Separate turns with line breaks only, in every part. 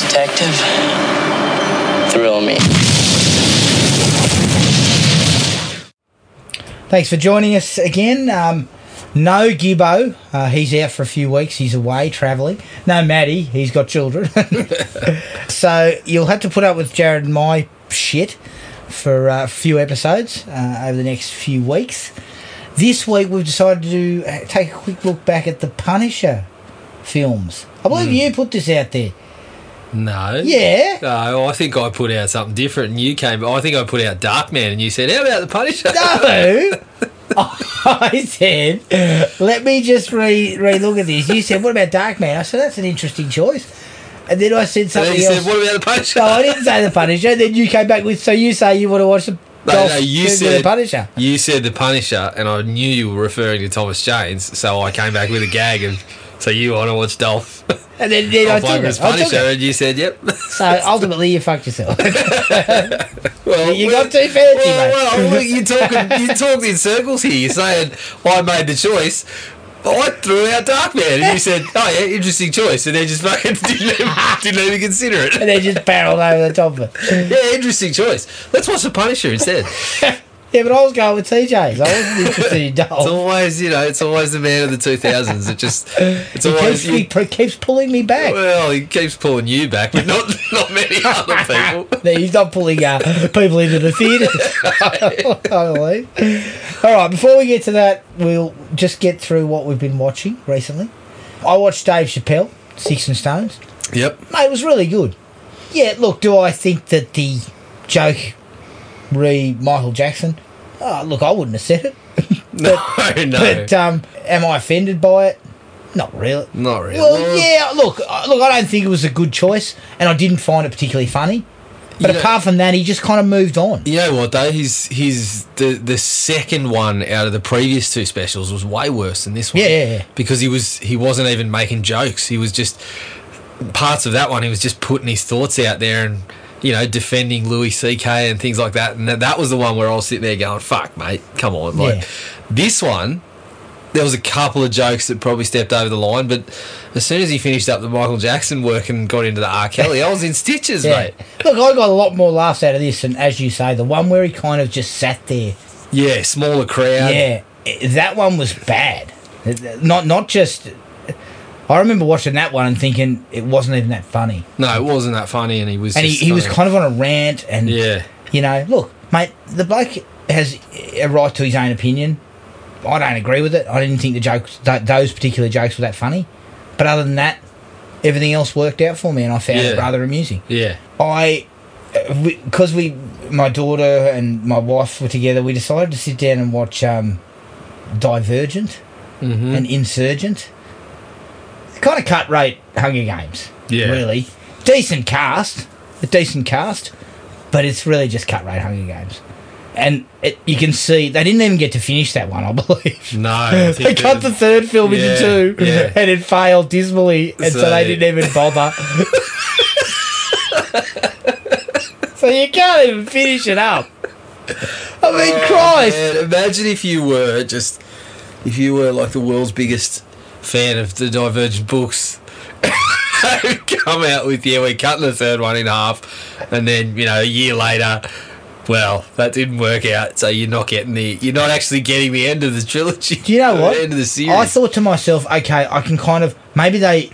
detective thrill me.
Thanks for joining us again. Um, no Gibbo, uh, he's out for a few weeks. He's away travelling. No Maddie, he's got children. so you'll have to put up with Jared and my shit for uh, a few episodes uh, over the next few weeks. This week we've decided to do, uh, take a quick look back at the Punisher films. I believe you put this out there.
No.
Yeah.
No, I think I put out something different and you came, I think I put out Darkman and you said, how about the Punisher?
No. I said, let me just re re look at this. You said, what about Darkman? I said, that's an interesting choice. And then I said
And
something
then you
else.
said, what about the Punisher?
no, I didn't say the Punisher. Then you came back with, so you say you want to watch the
No,
Dolph
no, you
Lundgren
said
the Punisher.
You said the Punisher, and I knew you were referring to Thomas Jane's, so I came back with a gag and so you want to watch Dolph?
And then, then I
Dolph
took
Lundgren's
it. I took
Punisher,
it.
and you said, "Yep."
So ultimately, you fucked yourself.
Well,
You
well-
got too fancy,
Well,
mate.
well, look, you're talking, you're talking in circles here. You're saying I made the choice. But I threw out Darkman, and you said, "Oh yeah, interesting choice," and they just fucking didn't even, didn't even consider
and
it.
then just barreled over the top of it.
Yeah, interesting choice. Let's watch the Punisher instead. It's
Yeah, but I was going with TJ's. I wasn't interested in Dolph.
always, you know, it's always the man of the two thousands. It just, it's
He keeps,
always
he
you,
pr- keeps pulling me back.
Well, he keeps pulling you back, but not not many other people.
No, he's not pulling uh, people into the theatre. I believe. All right, before we get to that, we'll just get through what we've been watching recently. I watched Dave Chappelle, Six and Stones.
Yep.
Mate, it was really good. Yeah, look, do I think that the joke re Michael Jackson? Oh, look, I wouldn't have said it.
No, no,
But um, am I offended by it? Not really.
not really.
Well, yeah. Look, uh, look. I don't think it was a good choice, and I didn't find it particularly funny. But
You know-
apart from that, he just kind of moved on.
You know what though? His his the the second one out of the previous two specials was way worse than this one.
Yeah, yeah, yeah.
Because he was he wasn't even making jokes. He was just parts of that one. He was just putting his thoughts out there and you know defending Louis C.K. and things like that. And that, that was the one where I was sitting there going, "Fuck, mate, come on!" Like
Yeah.
this one. There was a couple of jokes that probably stepped over the line, but as soon as he finished up the Michael Jackson work and got into the R. Kelly, I was in stitches,
Yeah.
mate.
Look, I got a lot more laughs out of this than, as you say, the one where he kind of just sat there.
Yeah, smaller crowd.
Yeah, i- that one was bad. Not not just. I remember watching that one and thinking it wasn't even that funny,
No, it wasn't that funny, and he was.
and he,
just
he was kind of on a rant, and
Yeah,
you know, look, mate, the bloke has a right to his own opinion. I don't agree with it. I didn't think the jokes, th- those particular jokes, were that funny. But other than that, everything else worked out for me, and I found it
Yeah.
rather amusing.
yeah,
I, because we, my daughter and my wife were together, we decided to sit down and watch um, Divergent and Insurgent. Kind of cut rate Hunger Games.
Yeah.
Really. Decent cast. A decent cast. But it's really just cut rate Hunger Games. And it, you can see they didn't even get to finish that one, I believe.
no. I
They
think
cut
that-
the third film
Yeah,
into two,
yeah.
and it failed dismally, and so,
So-
they didn't even bother. so you can't even finish it up. I mean, Christ!
Oh, Man, imagine if you were just, if you were like the world's biggest fan of the Divergent books. They'd come out with yeah, we're cutting the third one in half, and then you know a year later, well that didn't work out, so you're not getting the, you're not actually getting the end of the trilogy.
Do you know
the
what?
End of the series.
I thought to myself, okay, I can kind of maybe they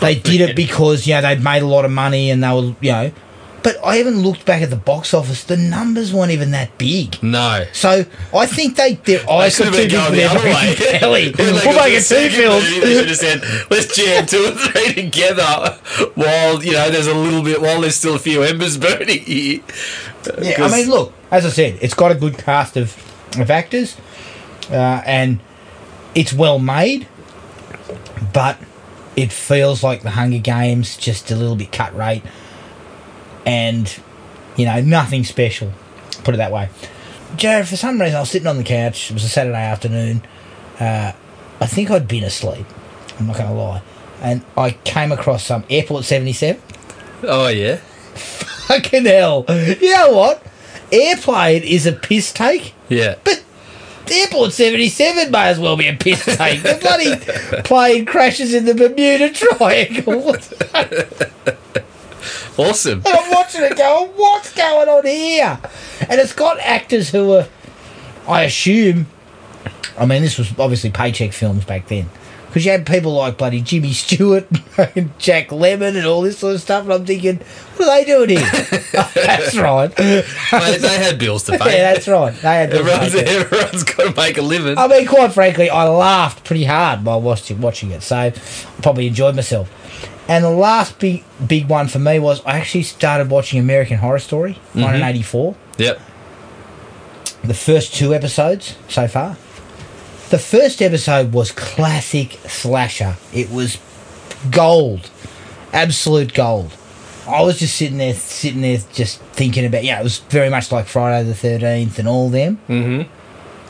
they did it because you know they'd made a lot of money and they were you know, but I haven't looked back at the box office. The numbers weren't even that big.
no.
So I think they their eyes
should
were
have
too big
been
for
going the
their
other way.
freaking belly.
When they
We'll
got
make it
the
two
second movie, They should
films.
have said, let's jam two and three together while, you know, there's a little bit, while there's still a few embers burning here.
Yeah, I mean, look, as I said, it's got a good cast of of actors, uh, and it's well made, but it feels like the Hunger Games, just a little bit cut rate, and you know, nothing special. Put it that way. Jared, for some reason, I was sitting on the couch. It was a Saturday afternoon. Uh, I think I'd been asleep. I'm not going to lie. And I came across some Airport 77
Oh, yeah.
fucking hell. You know what? Airplane is a piss take,
Yeah.
but Airport 77 may as well be a piss take. The bloody plane crashes in the Bermuda Triangle.
awesome.
And I'm watching it going, what's going on here? And it's got actors who are, I assume, I mean, this was obviously paycheck films back then. Because you had people like bloody Jimmy Stewart and Jack Lemon and all this sort of stuff. And I'm thinking, what are they doing here? that's right.
Mate, they had bills to pay.
yeah, that's right. Um, They had to
Everyone's,
make it.
everyone's got to make a living.
I mean, quite frankly, I laughed pretty hard while watching watching it, so I probably enjoyed myself. And the last big big one for me was I actually started watching American Horror Story, 1984.
yep.
The first two episodes so far. The first episode was classic slasher. It was gold, absolute gold. I was just sitting there, sitting there, just thinking about. Yeah, it was very much like Friday the Thirteenth and all them
Mm-hmm.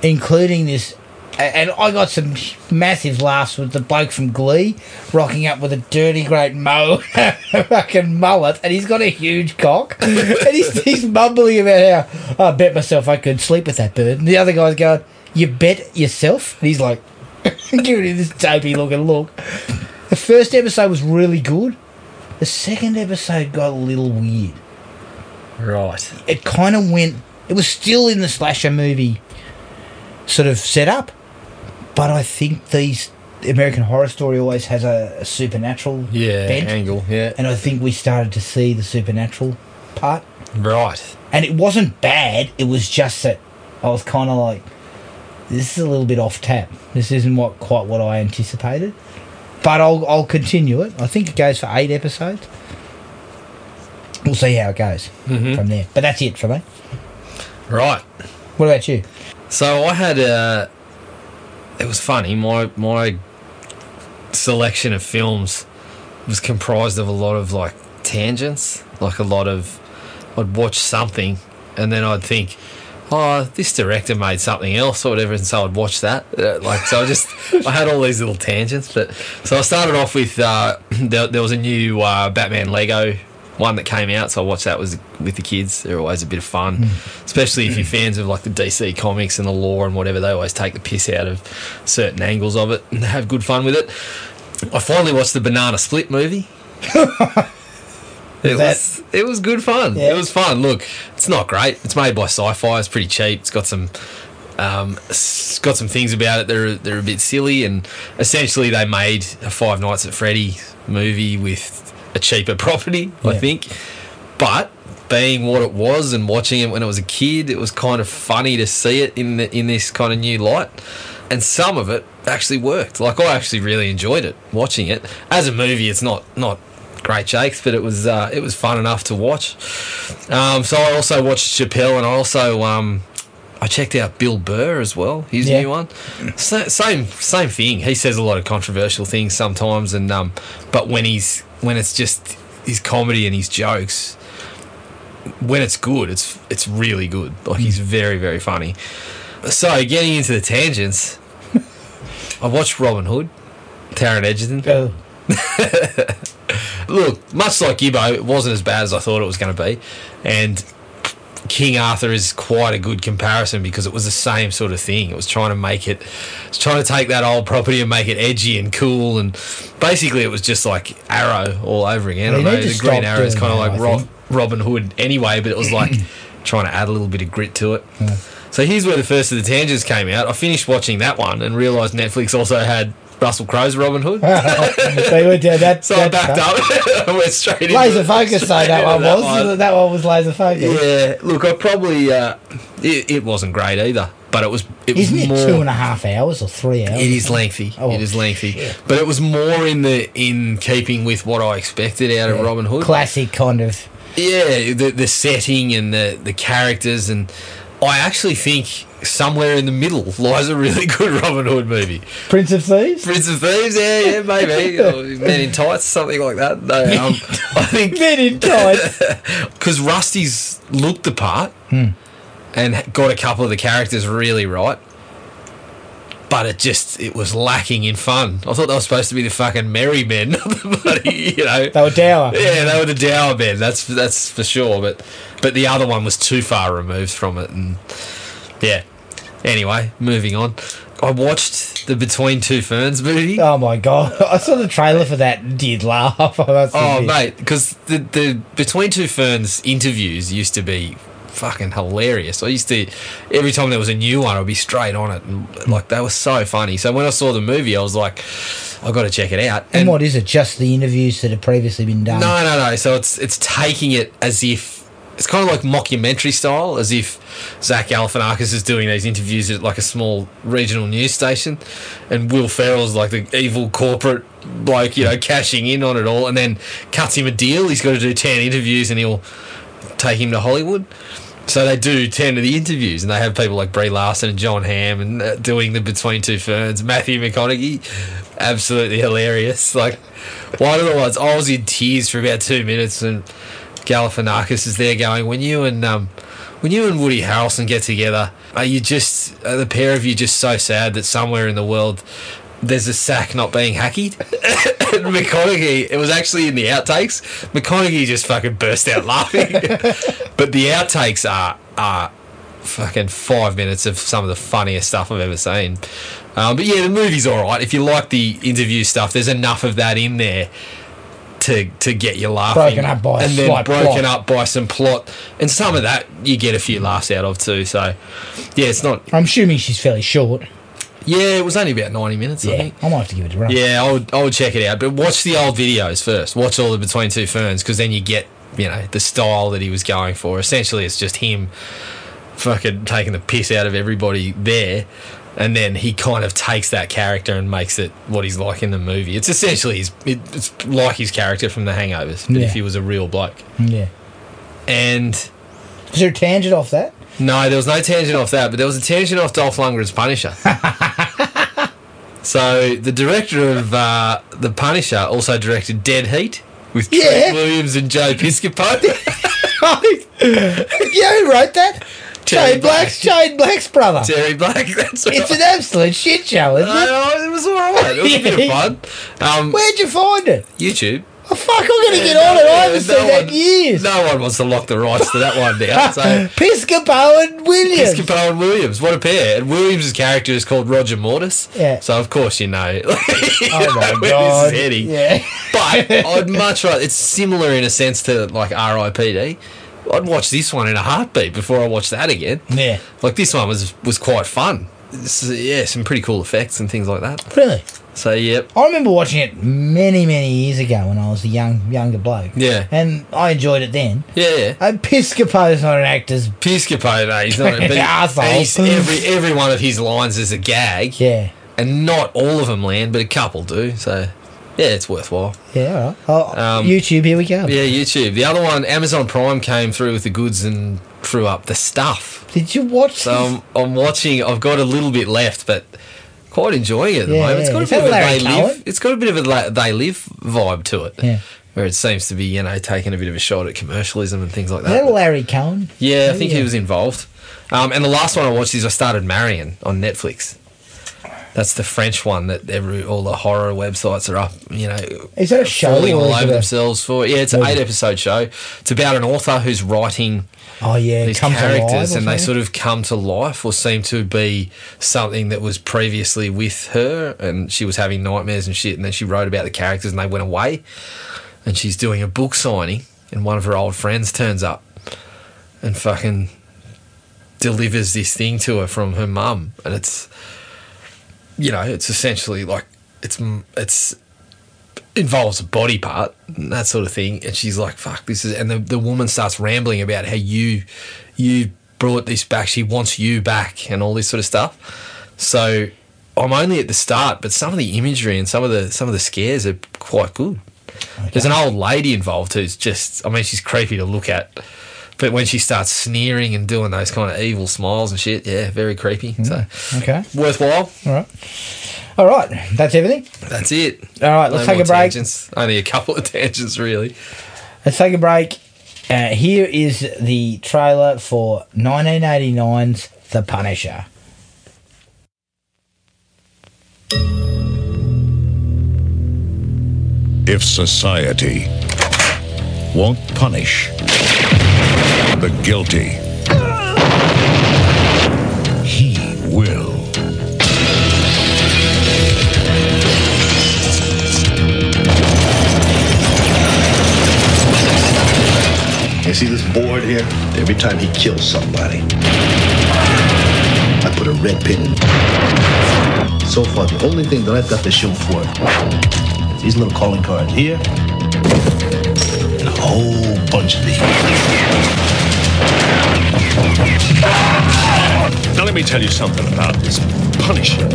including this. a- And I got some massive laughs with the bloke from Glee rocking up with a dirty great mo, fucking mullet, and he's got a huge cock, and he's, he's mumbling about how "Oh, I bet myself I could sleep with that bird. And the other guy's going, "You bet yourself," and he's like, giving him this dopey looking look. The first episode was really good. The second episode got a little weird
Right.
it kind of went. It was still in the slasher movie sort of setup, but I think these American Horror Story always has a, a supernatural
Yeah.
bent,
Angle. Yeah.
and I think we started to see the supernatural part.
Right.
And it wasn't bad. It was just that I was kind of like, this is a little bit off tap. This isn't what quite what I anticipated. But I'll I'll continue it. I think it goes for eight episodes. We'll see how it goes from there. But that's it for me.
Right.
What about you?
So I had a. It was funny. My my selection of films was comprised of a lot of like tangents, like a lot of. I'd watch something, and then I'd think, "Oh, this director made something else or whatever," and so I'd watch that. Uh, like so, I just I had all these little tangents. But so I started off with uh, there, there was a new uh, Batman Lego one that came out, so I watched that was with the kids. They're always a bit of fun, especially if you're fans of like the DC comics and the lore and whatever. They always take the piss out of certain angles of it and have good fun with it. I finally watched the Banana Split movie. It
That-
was it was good fun.
Yeah.
It was fun. Look, it's not great. It's made by Sci-Fi. It's pretty cheap. It's got some um, it's got some things about it that are they're a bit silly. And essentially, they made a Five Nights at Freddy movie with a cheaper property, I
Yeah.
think. But being what it was and watching it when I was a kid, it was kind of funny to see it in the, in this kind of new light. And some of it actually worked. Like I actually really enjoyed it watching it as a movie. It's not not great shakes, but it was uh, it was fun enough to watch. Um, so I also watched Chappelle, and I also um, I checked out Bill Burr as well, his
Yeah.
new one. Sa same same thing. He says a lot of controversial things sometimes, and um, but when he's when it's just his comedy and his jokes, when it's good, it's it's really good. Like he's very very funny. So getting into the tangents, I watched Robin Hood, Taron Egerton.
Oh,
Look, much like Gibbo, it wasn't as bad as I thought it was going to be, and King Arthur is quite a good comparison because it was the same sort of thing. It was trying to make it, it's trying to take that old property and make it edgy and cool, and basically it was just like Arrow all over again. I
They
know
need to
the Green
stop
Arrow is
doing
kind of
that,
like
I
Rob,
think.
Robin Hood anyway, but it was like trying to add a little bit of grit to it. So here's where the first of the tangents came out. I finished watching that one and realised Netflix also had Russell Crowe's Robin Hood.
they went down that.
So I
that
backed
path.
up. and went straight into
Laser focus, though, that
into
one
that
was.
one.
That one was laser focus.
Yeah, look, I probably uh, it, it wasn't great either, but it was. It
Isn't
was
it
more,
two and a half hours or three hours?
It is lengthy.
Oh,
it is lengthy,
shit.
but it was more in the in keeping with what I expected out of Robin Hood.
Classic kind of.
Yeah, the the setting and the the characters and I actually think somewhere in the middle lies a really good Robin Hood movie.
Prince of Thieves?
Prince of Thieves, yeah, yeah, maybe. or Men in Tights, something like that. No, um, I think
Men in tights.
because Rusty's looked the part
Hmm.
and got a couple of the characters really right, but it just it was lacking in fun. I thought they were supposed to be the fucking merry men, not the bloody, you know.
They were dour.
Yeah, they were the dour men. That's that's for sure. But but the other one was too far removed from it, and yeah. Anyway, moving on. I watched the Between Two Ferns movie.
Oh my god! I saw the trailer for that. and Did laugh? That's
Oh,
ridiculous.
mate, because the, the Between Two Ferns interviews used to be fucking hilarious. I used to, every time there was a new one, I'd be straight on it. And, like, they were so funny. So when I saw the movie, I was like, i got to check it out.
And, what is it? Just the interviews that have previously been done.
No, no, no. So it's it's taking it as if it's kind of like mockumentary style, as if Zach Galifianakis is doing these interviews at like a small regional news station, and Will Ferrell's like the evil corporate bloke, you know, cashing in on it all, and then cuts him a deal. He's got to do ten interviews, and he'll take him to Hollywood. So they do ten of the interviews, and they have people like Brie Larson and John Hamm, and uh, doing the Between Two Ferns. Matthew McConaughey, absolutely hilarious. Like one of the ones, I was in tears for about two minutes, and Galifianakis is there going, "When you and um, when you and Woody Harrelson get together, are you just are the pair of you just so sad that somewhere in the world?" There's a sack not being hackied. and McConaughey, it was actually in the outtakes. McConaughey just fucking burst out laughing. But the outtakes are are fucking five minutes of some of the funniest stuff I've ever seen. Um, but yeah, the movie's all right. If you like the interview stuff, there's enough of that in there to to get you laughing.
Broken up by a
and then
slight
broken
plot.
up by some plot, and some of that you get a few laughs out of too. So yeah, it's not.
I'm assuming she's fairly short.
Yeah, it was only about ninety minutes. I
Yeah,
think.
I might have to give it a run.
Yeah, I would, I would check it out. But watch the old videos first. Watch all the Between Two Ferns because then you get, you know, the style that he was going for. Essentially, it's just him fucking taking the piss out of everybody there. And then he kind of takes that character and makes it what he's like in the movie. It's essentially his, it, it's like his character from The Hangovers, but
Yeah.
if he was a real bloke.
yeah.
And
Is there a tangent off that?
no, there was no tangent off that, but there was a tangent off Dolph Lundgren's Punisher. so the director of uh, the Punisher also directed Dead Heat with
Yeah.
Trent Williams and Joe Piscopo.
yeah, who wrote that?
Terry
Shane Black's Shane Black's brother.
Terry Black. Uh, That's right.
It's an absolute shit show, isn't it?
I know, it was all right. It was a bit of fun. Um,
Where'd you find it?
YouTube.
Oh, fuck, I'm gonna get on it. I haven't seen that in years.
No one wants to lock the rights to that one now. So.
Piscopo and Williams.
Piscopo and Williams, what a pair! And Williams' character is called Roger Mortis.
Yeah.
So of course you know.
oh my
where this is
god.
heading.
Yeah.
But I'd much rather. It's similar in a sense to like R.I.P.D. I'd watch this one in a heartbeat before I watch that again.
Yeah.
Like this one was was quite fun. This is- yeah, some pretty cool effects and things like that.
Really?
So yep,
I remember watching it many, many years ago when I was a young, younger bloke.
Yeah.
And I enjoyed it then.
yeah, yeah.
And Piscopo's not an actor's.
Piscopo, no, he's not. But he-
Arsehole.
and he's- every every one of his lines is a gag,
Yeah.
and not all of them land, but a couple do. So yeah, it's worthwhile.
Yeah, all right. Oh,
Um,
YouTube, here we go.
Yeah, YouTube. The other one, Amazon Prime came through with the goods and threw up the stuff.
Did you watch
So um, I'm, I'm watching. I've got a little bit left, but quite enjoying it at the
Yeah,
moment. It's got a
is that
bit of a
Larry
they live.
Cohen?
It's got a bit of a la- they live vibe to it.
Yeah.
Where it seems to be, you know, taking a bit of a shot at commercialism and things like
Is
that.
that Larry Cohen?
Uh, yeah, I think
Yeah.
he was involved. Um, and the last one I watched is I started Marion on Netflix. That's the French one that every all the horror websites are up, you know,
Is that a show?
falling
or
all
is
over
it a-
themselves for. Yeah, it's an eight episode show. It's about an author who's writing
Oh yeah,
these
come eh?
characters and they sort of come to life or seem to be something that was previously with her and she was having nightmares and shit and then she wrote about the characters and they went away and she's doing a book signing and one of her old friends turns up and fucking delivers this thing to her from her mum and it's you know it's essentially like it's it's involves a body part and that sort of thing and she's like fuck this is and the, the woman starts rambling about how you you brought this back she wants you back and all this sort of stuff so i'm only at the start but some of the imagery and some of the some of the scares are quite good there's an old lady involved who's just i mean she's creepy to look at but when she starts sneering and doing those kind of evil smiles and shit yeah very creepy
Hmm.
so
Okay.
worthwhile
All right. All right. That's everything.
that's it
All right. Let's
No
take a
more
break.
tangents. only a couple of tangents really
Let's take a break. Uh, here is the trailer for 1989's The Punisher.
If society won't punish the guilty, he will.
see this board here? Every time he kills somebody, I put a red pin in. So far, the only thing that I've got to show for it is these little calling cards here and a whole bunch of these.
Now let me tell you something about this Punisher.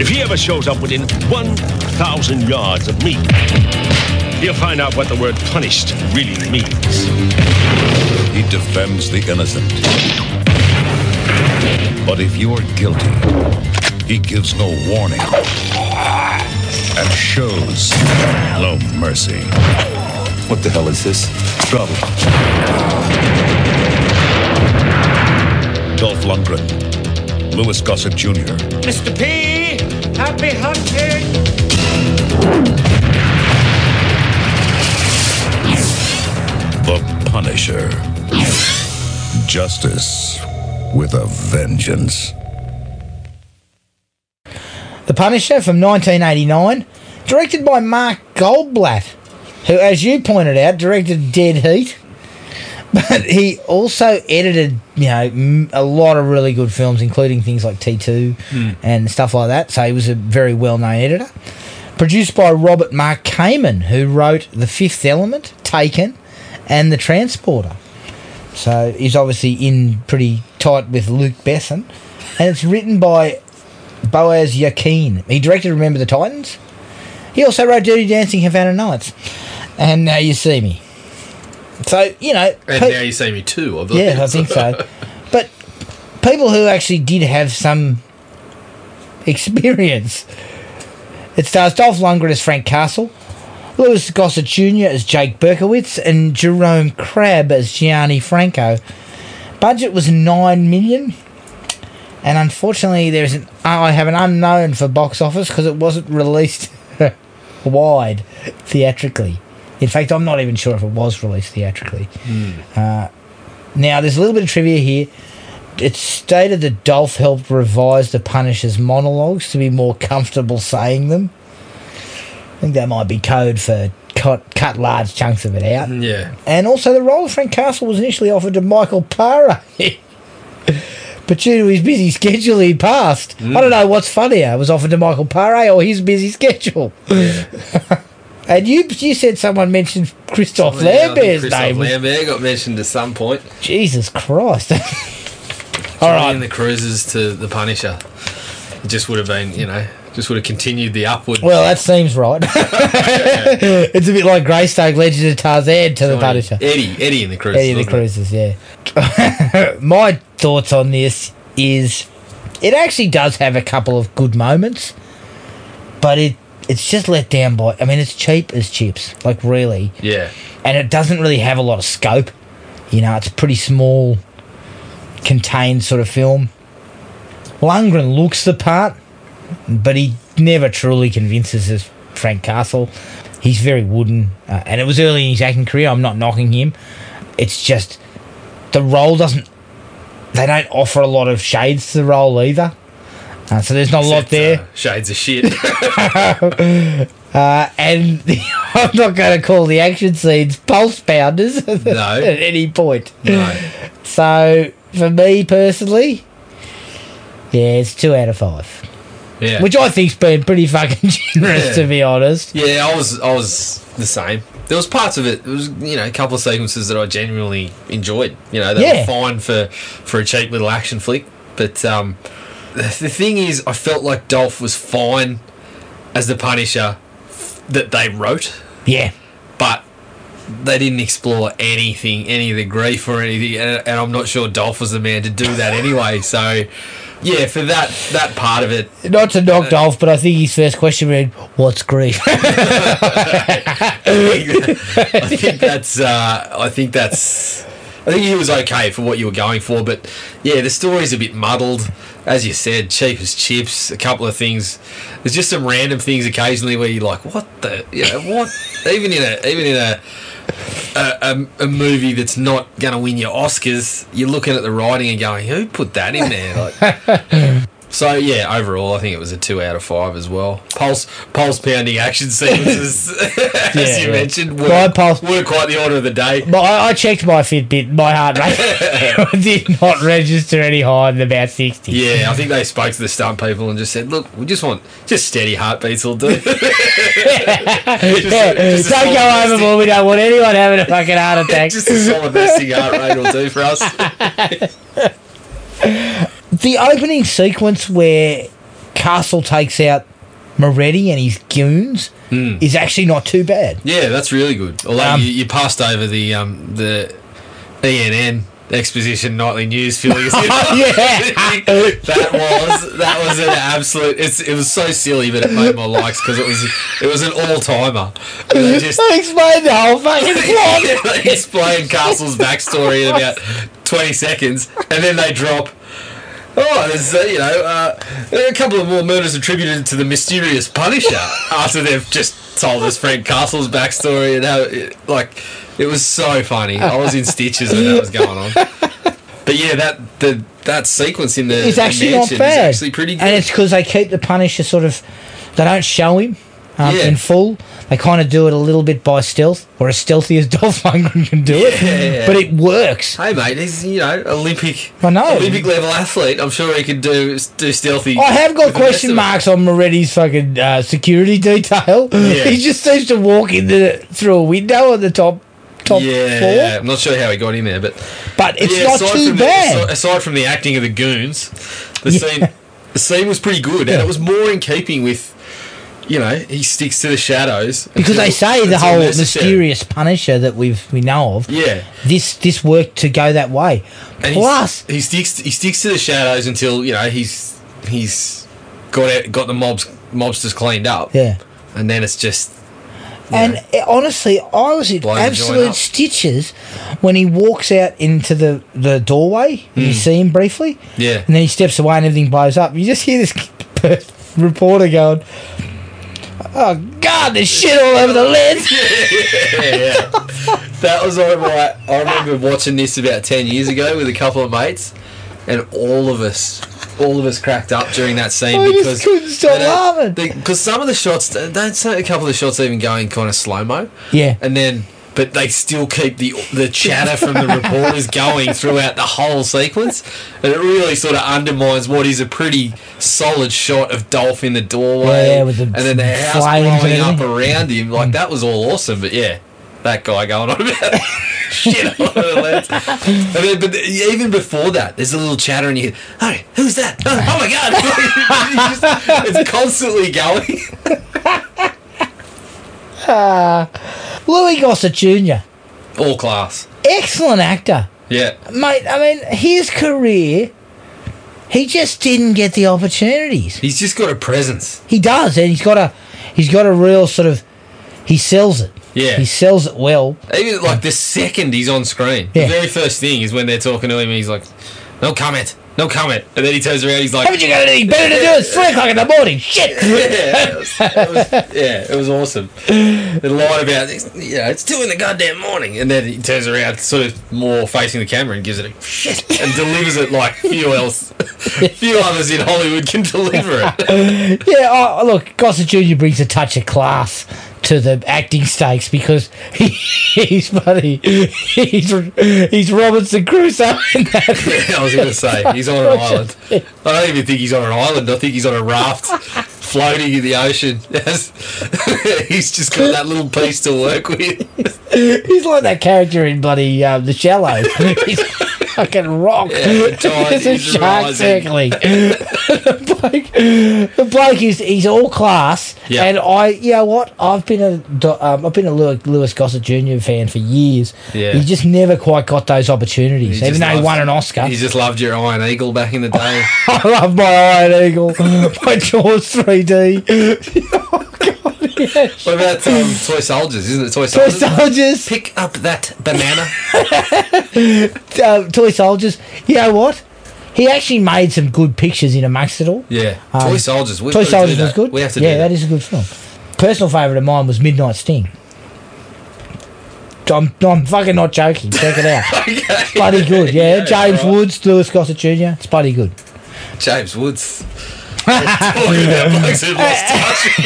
If he ever shows up within 1,000 yards of me, he'll find out what the word punished really means.
He defends the innocent. But if you're guilty, he gives no warning and shows no mercy.
What the hell is this?
Trouble.
Dolph Lundgren, Louis Gossett Jr.,
Mr. P, happy hunting.
The Punisher. Justice with a vengeance.
The Punisher from 1989, directed by Mark Goldblatt, who, as you pointed out, directed Dead Heat. But he also edited, you know, m- a lot of really good films, including things like T2
Hmm.
and stuff like that. So he was a very well known editor. Produced by Robert Mark Kamen, who wrote The Fifth Element, Taken, and The Transporter. So he's obviously in pretty tight with Luke Besson. And it's written by Boaz Yakin. He directed Remember the Titans. He also wrote Dirty Dancing Havana Nights. And Now You See Me. So, you know.
And
pe-
now you see me too, I believe.
yeah, I think so. But people who actually did have some experience. It stars Dolph Lundgren as Frank Castle, Lewis Gossett Jr. as Jake Berkowitz, and Jerome Crabb as Gianni Franco. Budget was nine million, and unfortunately, there is an I have an unknown for box office because it wasn't released wide theatrically. In fact, I'm not even sure if it was released theatrically. Now, there's a little bit of trivia here. It's stated that Dolph helped revise the Punisher's monologues to be more comfortable saying them. I think that might be code for cut, cut large chunks of it out.
Yeah.
And also, the role of Frank Castle was initially offered to Michael Parra. but due to his busy schedule, he passed.
Mm.
I don't know what's funnier. It was offered to Michael Parra or his busy schedule. and you you said someone mentioned Christoph
Yeah, I think
Lambert's
Christophe
name. was-
Lambert got mentioned at some point.
Jesus Christ. All right.
Joining the cruisers to the Punisher. It just would have been, you know, just would have continued the upward.
Well, that seems right. it's a bit like Greystoke Legend of Tarzan to the Punisher.
Eddie, Eddie in the cruisers.
Any of the
wasn't it?
cruises, yeah. My thoughts on this is it actually does have a couple of good moments, but it it's just let down by. I mean, it's cheap as chips, like really,
Yeah.
and it doesn't really have a lot of scope. You know, it's a pretty small, contained sort of film. Lundgren looks the part, but he never truly convinces us Frank Castle. He's very wooden, uh, and it was early in his acting career. I'm not knocking him. It's just the role doesn't. They don't offer a lot of shades to the role either. Uh, so there's not a lot
Except,
there,
uh, shades of shit.
uh, and I'm not going to call the action scenes pulse pounders at any point.
no.
So for me personally, yeah, it's two out of five.
Yeah.
which I think's been pretty fucking generous
Yeah.
to be honest.
Yeah, I was I was the same. There was parts of it. There was you know a couple of sequences that I genuinely enjoyed. You know they
Yeah.
were fine for for a cheap little action flick. But um, the, the thing is, I felt like Dolph was fine as the Punisher that they wrote,
Yeah,
but they didn't explore anything, any of the grief or anything. And, and I'm not sure Dolph was the man to do that anyway. So yeah, for that that part of it,
not to knock Dolph, but I think his first question read, "What's grief?"
I think that's. Uh, I think that's. I think he was okay for what you were going for, but yeah, the story's a bit muddled, as you said. Cheap as chips. A couple of things. There's just some random things occasionally where you're like, "What the? You know, what? even in a even in a a, a, a movie that's not going to win your Oscars, you're looking at the writing and going, "Who put that in there?" Like, So yeah, overall, I think it was a two out of five as well. Pulse, pulse pounding action sequences, as
Yeah,
you
yeah.
mentioned, were,
Guy pulse-
were quite the order of the day.
But I, I checked my Fitbit, my heart rate did not register any higher than about 60.
Yeah, I think they spoke to the stunt people and just said, "Look, we just want just steady heartbeats will do."
Yeah,
just a
don't
small
go
domestic-
overboard. We don't want anyone having a fucking heart attack.
just a solid resting heart rate will do for us.
the opening sequence where Castle takes out Moretti and his goons
Hmm.
is actually not too bad.
Yeah, that's really good. Although
Um,
you, you passed over the um, the ENN exposition nightly news filling us in.
yeah.
that was that was an absolute. It's, it was so silly, but it made my likes because it was it was an all timer. They just
I explained the whole fucking plot.
they explain Castle's backstory in about twenty seconds, and then they drop. Oh, there's uh, you know uh, there are a couple of more murders attributed to the mysterious Punisher after they've just told us Frank Castle's backstory and how it, like it was so funny. I was in stitches when that was going on. But yeah, that the that sequence in the,
It's
the
actually not
mansion
bad.
is actually pretty good.
And it's because they keep the Punisher sort of. They don't show him um,
Yeah.
in full. They kind of do it a little bit by stealth, or as stealthy as Dolph Lundgren can do it. But it works.
Hey mate, he's you know Olympic,
I know.
Olympic level athlete. I'm sure he can do do stealthy.
Oh. I have got
with the rest
question
of us.
marks on Moretti's fucking uh, security detail. He just seems to walk in the, through a window on the top top
Yeah,
floor,
I'm not sure how he got in there, but
but it's
yeah,
not
aside
too
from The,
bad.
aside- aside from the acting of the goons, the
Yeah.
scene the scene was pretty good, and it was more in keeping with you know he sticks to the shadows
because
until-
they say the
until
whole
necessary.
mysterious Punisher that we've we know of.
Yeah.
this this worked to go that way.
And he's-
Plus,
he sticks he sticks to the shadows until you know he's he's got out, got the mobs mobsters cleaned up.
yeah.
and then it's just
And uh, honestly, I was in
Blow the joint
absolute
up.
stitches when he walks out into the, the doorway. and
Mm.
You see him briefly.
Yeah.
And then he steps away and everything blows up. You just hear this reporter going, Oh, God, there's shit all over the lens.
That was on my. I remember watching this about ten years ago with a couple of mates, and all of us, all of us cracked up during that scene
I just
because
couldn't stop laughing.
Because some of the shots, they don't say a couple of the shots even going kind of slow mo.
Yeah.
and then. But they still keep the the chatter from the reporters going throughout the whole sequence, and it really sort of undermines what is a pretty solid shot of Dolph in the doorway,
Yeah, with the
and then the house
flames and
blowing up
everything.
around him. Like that was all awesome, but yeah, that guy going on about shit on the lens. I mean, but even before that, there's a little chatter and you hear, "Hey, who's that? Oh, oh my god!" It's just- it's constantly going.
Louis Gossett Jr.,
All class.
excellent actor.
Yeah,
Mate, I mean, his career, he just didn't get the opportunities.
he's just got a presence.
He does, and he's got a he's got a real sort of he sells it.
Yeah.
He sells it well.
Even like the second he's on screen,
Yeah.
the very first thing is when they're talking to him and he's like, "No comment, no comment," and then he turns around, he's like,
Haven't you got anything better to do? It's three o'clock in the morning. Shit.
yeah, it was, it was- yeah, it was awesome. The line about it's- yeah, it's two in the goddamn morning, and then he turns around, sort of more facing the camera, and gives it a shit, and delivers it like few else, few others in Hollywood can deliver it.
Yeah, oh, look, Gossett Jr. brings a touch of class to the acting stakes because he, he's funny. He's, he's Robinson Crusoe in that.
I was going to say he's on an island. I don't even think he's on an island. I think he's on a raft, floating in the ocean. he's just got that little piece to work with.
He's like that character in bloody um, The Shallows. He's fucking rock. There's a
rising,
shark
rising.
circling. the, bloke, the bloke is he's all class,
Yeah.
and I, you know what? I've been a do- um, I've been a Lew- Lewis Gossett Jr. fan for years.
Yeah.
He just never quite got those opportunities,
He
even though
just
he
loves-
won an Oscar.
He just loved your Iron Eagle back in the day.
I love my Iron Eagle, my Jaws 3D,
What about um, toy soldiers? Isn't it toy
Toy
soldiers?
Soldiers,
Pick up that banana.
um, Toy Soldiers. You know what? He actually made some good pictures in amongst it all.
Yeah,
Um,
toy soldiers. We've
Toy
got to do
Soldiers
that.
was good.
We have to.
yeah,
do
that is a good film. Personal favourite of mine was Midnight Sting. I'm, I'm fucking not joking. Check it out. It's bloody good. Yeah, James Woods, Lewis Gossett Jr. It's bloody good.
James Woods. Talking about blokes who've lost touch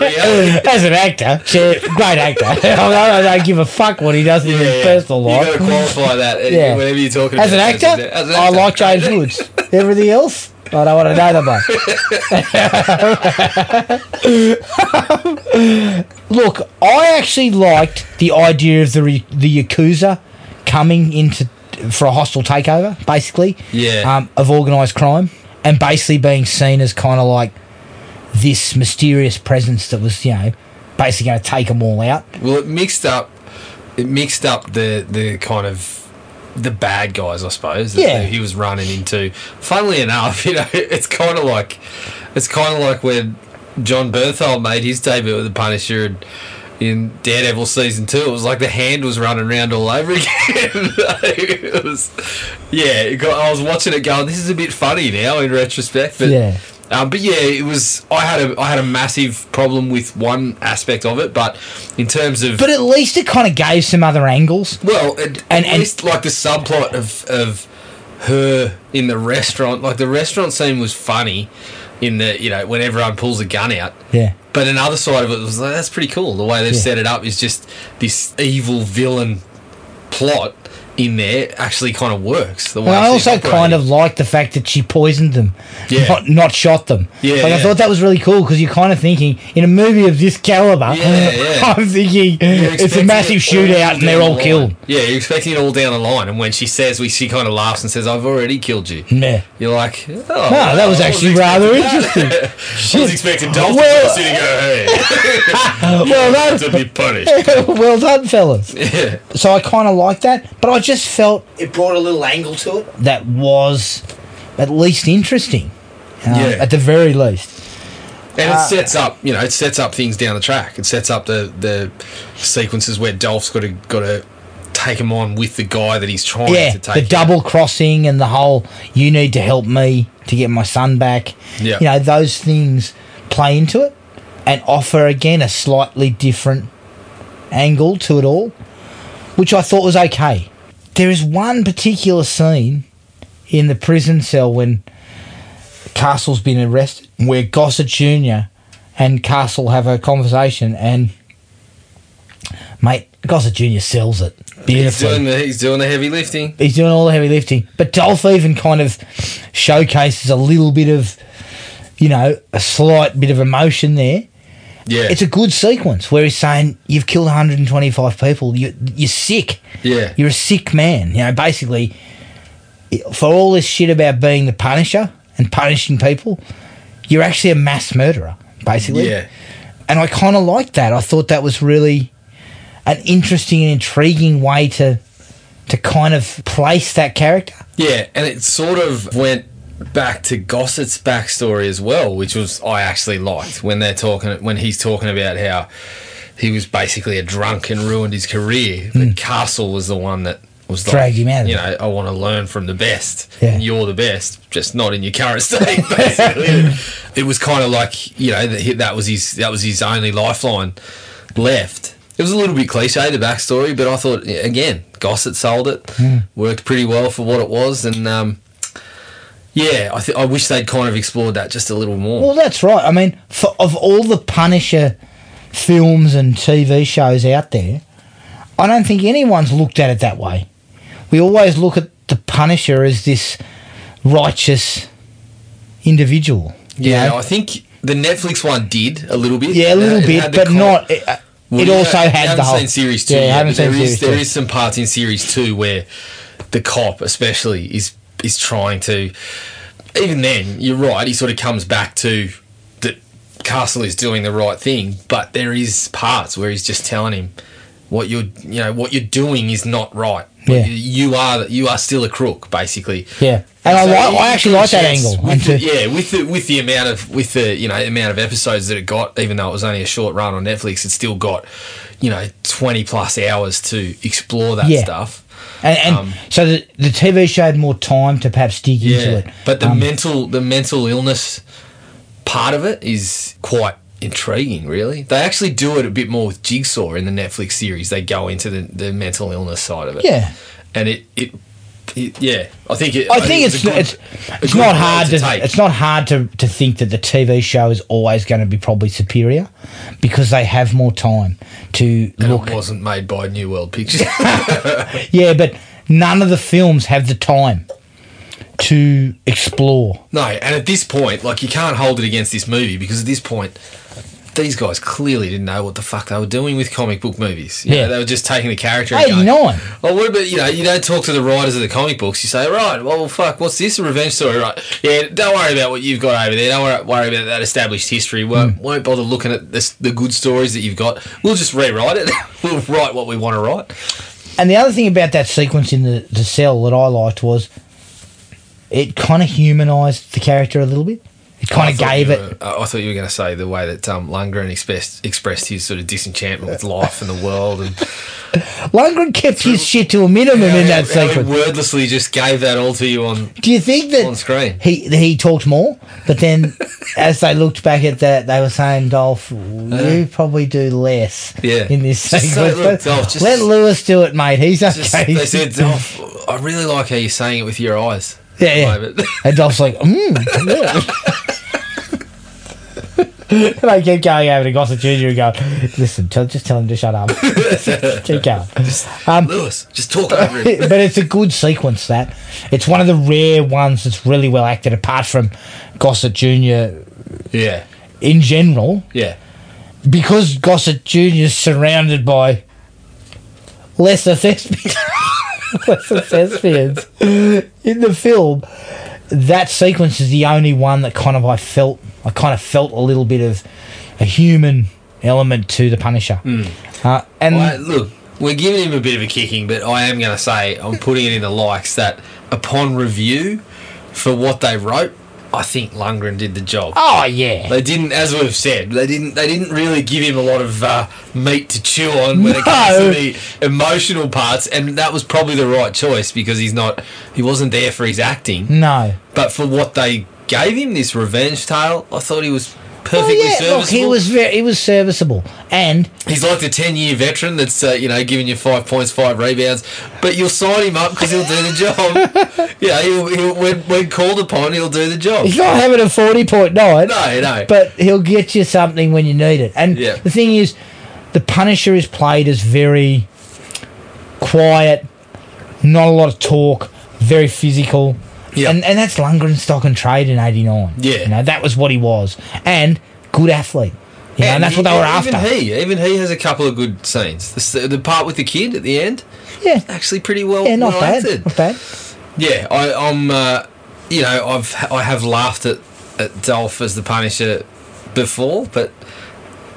with reality.
As an actor, shit, great actor. I don't give a fuck what he does in his personal
you got
life.
to qualify that uh,
Yeah.
whenever you're talking
As an
about
actor, Oh,
James- as an
I
actor.
like James Woods. Everything else, I don't want to know that much. Look, I actually liked the idea of the re- the yakuza coming into for a hostile takeover, basically.
Yeah.
Um, of organised crime and basically being seen as kind of like this mysterious presence that was, you know, basically going to take them all out.
Well, it mixed up. It mixed up the the kind of the bad guys, I suppose. That
Yeah.
he was running into. Funnily enough, you know, it's kind of like it's kind of like when John Berthold made his debut with the Punisher. And, in Daredevil season two, it was like the hand was running around all over again. it was, yeah. It got, I was watching it going, "This is a bit funny now in retrospect." But
Yeah.
um, but yeah, it was. I had a I had a massive problem with one aspect of it, but in terms of
But at least it kind of gave some other angles.
well, and,
And-
at
and-
least like the subplot of of her in the restaurant, like the restaurant scene was funny, in the you know when everyone pulls a gun out.
Yeah.
But another side of it was like that's pretty cool. The way they've set it up is just this evil villain plot in there actually kind of works. The way
And I
it's
also
operated.
kind of liked the fact that she poisoned them,
Yeah.
not not shot them.
Yeah,
like I
yeah.
thought that was really cool because you're kind of thinking in a movie of this caliber,
Yeah, yeah.
I'm thinking
You're
it's a
expecting
massive
it all
shootout and they're
down
all
the
killed.
line. Yeah, you're expecting it all down the line, and when she says, we she kind of laughs and says, "I've already killed you."
Yeah.
You're like, oh,
No, Ah, that was actually rather interesting.
I was expecting Dolphin
Well-
to sit and
well
go, hey, to
done, Uh,
be punished.
well done, fellas.
Yeah.
So I kind of liked that, but I just felt
It brought a little angle to it.
that was at least interesting, um,
Yeah.
at the very least.
And
uh,
it sets up, you know, it sets up things down the track. It sets up the the sequences where Dolph's got to got to take him on with the guy that he's trying
Yeah,
to take.
the double crossing and the whole "you need to help me to get my son back."
Yeah.
you know those things play into it and offer again a slightly different angle to it all, which I thought was okay. There is one particular scene in the prison cell when Castle's been arrested, where Gossett Jr. and Castle have a conversation, and mate, Gossett Jr. sells it beautifully
He's doing the he's doing the heavy lifting.
he's doing all the heavy lifting. But Dolph even kind of showcases a little bit of, you know, a slight bit of emotion there.
Yeah,
It's a good sequence where he's saying, "You've killed 125 people. You, you're sick.
Yeah.
you're a sick man." You know, basically, for all this shit about being the Punisher and punishing people, you're actually a mass murderer, basically
yeah.
and I kind of liked that. I thought that was really an interesting and intriguing way to to kind of place that character.
Yeah, and it sort of went back to Gossett's backstory as well, which was I actually liked when they're talking when he's talking about how he was basically a drunk and ruined his career, but Castle was the one that was like,
Hmm. Dragged him out of
You
it.
know, I want to learn from the best.
Yeah.
And you're the best, just not in your current state. Basically, it was kind of like you know that he- that was his that was his only lifeline left. It was a little bit cliche the backstory, but I thought yeah, again, Gossett sold it,
Hmm.
worked pretty well for what it was, and um, yeah, I th- I wish they'd kind of explored that just a little more.
Well, that's right. I mean, for, of all the Punisher films and TV shows out there, I don't think anyone's looked at it that way. We always look at the Punisher as this righteous individual. you
yeah,
know?
I think the Netflix one did a little bit. Uh,
yeah, a little
It
bit,
had the
but
con-
not. It, uh,
Well,
it
you
also
ha- you
had
haven't
the whole
seen series two.
Yeah,
yet,
I haven't
but there
seen
is-
series
there
two.
is some parts in series two where the cop, especially, is is trying to. Even then, you're right. He sort of comes back to that Castle is doing the right thing, but there is parts where he's just telling him what you're, you know, what you're doing is not right.
Yeah.
You, you are you are still a crook, basically.
Yeah. And I
So
like-
you
I actually
get a
like that
chance
angle,
with
and to-
the- yeah, with the with the amount of with the you know amount of episodes that it got, even though it was only a short run on Netflix, it still got you know twenty plus hours to explore that
Yeah.
stuff.
And, and
Um,
so the, the TV show had more time to perhaps dig into it.
but the
Um,
mental the mental illness part of it is quite intriguing. Really, they actually do it a bit more with Jigsaw in the Netflix series. They go into the the mental illness side of it.
Yeah.
and it it It- yeah, I think it.
I think it's
a good-
it's
a
it's
good
not
road
hard to,
take.
it's not hard to, to think that the TV show is always going to be probably superior because they have more time to
And
look.
it wasn't made by New World Pictures.
Yeah, but none of the films have the time to explore.
no, and at this point, like you can't hold it against this movie because at this point, these guys clearly didn't know what the fuck they were doing with comic book movies. You know,
Yeah.
they were just taking the character. and
Eighty
going,
nine.
Well, what about you know? You don't talk to the writers of the comic books. You say, right, well, fuck, what's this? A revenge story, right? Yeah, don't worry about what you've got over there. Don't wor- worry about that established history.
Hmm.
Won't, won't bother looking at this, the good stories that you've got. We'll just rewrite it. we'll write what we want to write.
And the other thing about that sequence in the, the cell that I liked was it kind of humanized the character a little bit. It kind of
I thought
gave
you
it.
were- I I thought you were going to say the way that um, Lundgren expressed expressed his sort of disenchantment with life and the world, and
Lundgren kept his shit to a minimum in that
how he
sequence.
wordlessly just gave that all to you on
Do you think that
on screen.
he he talked more, but then as they looked back at that, they were saying, "Dolph, you probably do less."
Yeah.
in this
Just say,
sequence,
"Look, Dolph, just-
let Lewis do it, mate. He's okay.
Just, they said, "Oh, I really like how you're saying it with your eyes.
Yeah, yeah.
Private.
And Dolph's like, mm, yeah. and I keep going over to Gossip Junior and go, listen, tell, just tell him to shut up. keep going. Um,
Lewis, just talk over it.
but it's a good sequence that. It's one of the rare ones that's really well acted, apart from Gossett Junior
Yeah,
in general,
yeah.
because Gossett Junior's surrounded by lesser thespians, lesser thespians in the film. That sequence is the only one that kind of I felt I kind of felt a little bit of a human element to the Punisher. Uh, and
Well, look, we're giving him a bit of a kicking, but I am going to say I'm putting it in the likes that upon review for what they wrote, I think Lundgren did the job.
oh yeah,
They didn't, as we've said, they didn't. They didn't really give him a lot of uh, meat to chew on when it comes
No.
to the emotional parts, and that was probably the right choice because he's not. He wasn't there for his acting,
no.
but for what they gave him, this revenge tale, I thought he was
Oh
perfectly
yeah,
serviceable.
look, he was very, he was serviceable, and
He's like the ten-year veteran that's uh, you know giving you five points, five rebounds, but you'll sign him up because he'll do the job. yeah, he'll, he'll, when, when called upon, he'll do the job.
he's not having a forty point nine.
No, no,
but he'll get you something when you need it. And
Yeah.
the thing is, the Punisher is played as very quiet, not a lot of talk, very physical.
Yeah.
And, and that's Lundgren's stock and trade in 89.
Yeah.
You know, that was what he was. And good athlete. You know, and that's what they were
e- even
after.
Even he, even he has a couple of good scenes. The, s- the part with the kid at the end,
Yeah.
actually pretty well,
Yeah, not
well
bad.
acted.
Not bad.
Yeah, I, I'm. Uh, you know, I've I have laughed at at Dolph as the Punisher before, but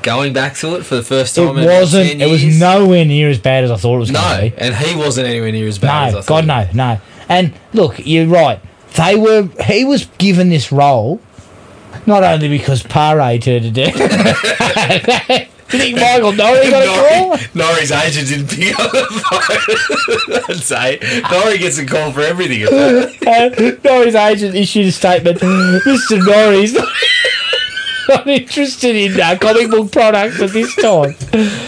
going back to it for the first time,
It
in 10
wasn't, it was
years-
nowhere near as bad as I thought it was going to
No,
be.
and he wasn't anywhere near as bad.
No,
as I
God,
thought.
no, no. And look, you're right. They were. He was given this role not only because Pare turned it down. Do you think Michael Norrie got a call?
Nori, Nori's agent didn't pick up the phone. I'd say Nori gets a call for everything. at that.
And Norrie's Uh, agent issued a statement. Mr. Norrie's not, not interested in uh, comic book products at this time.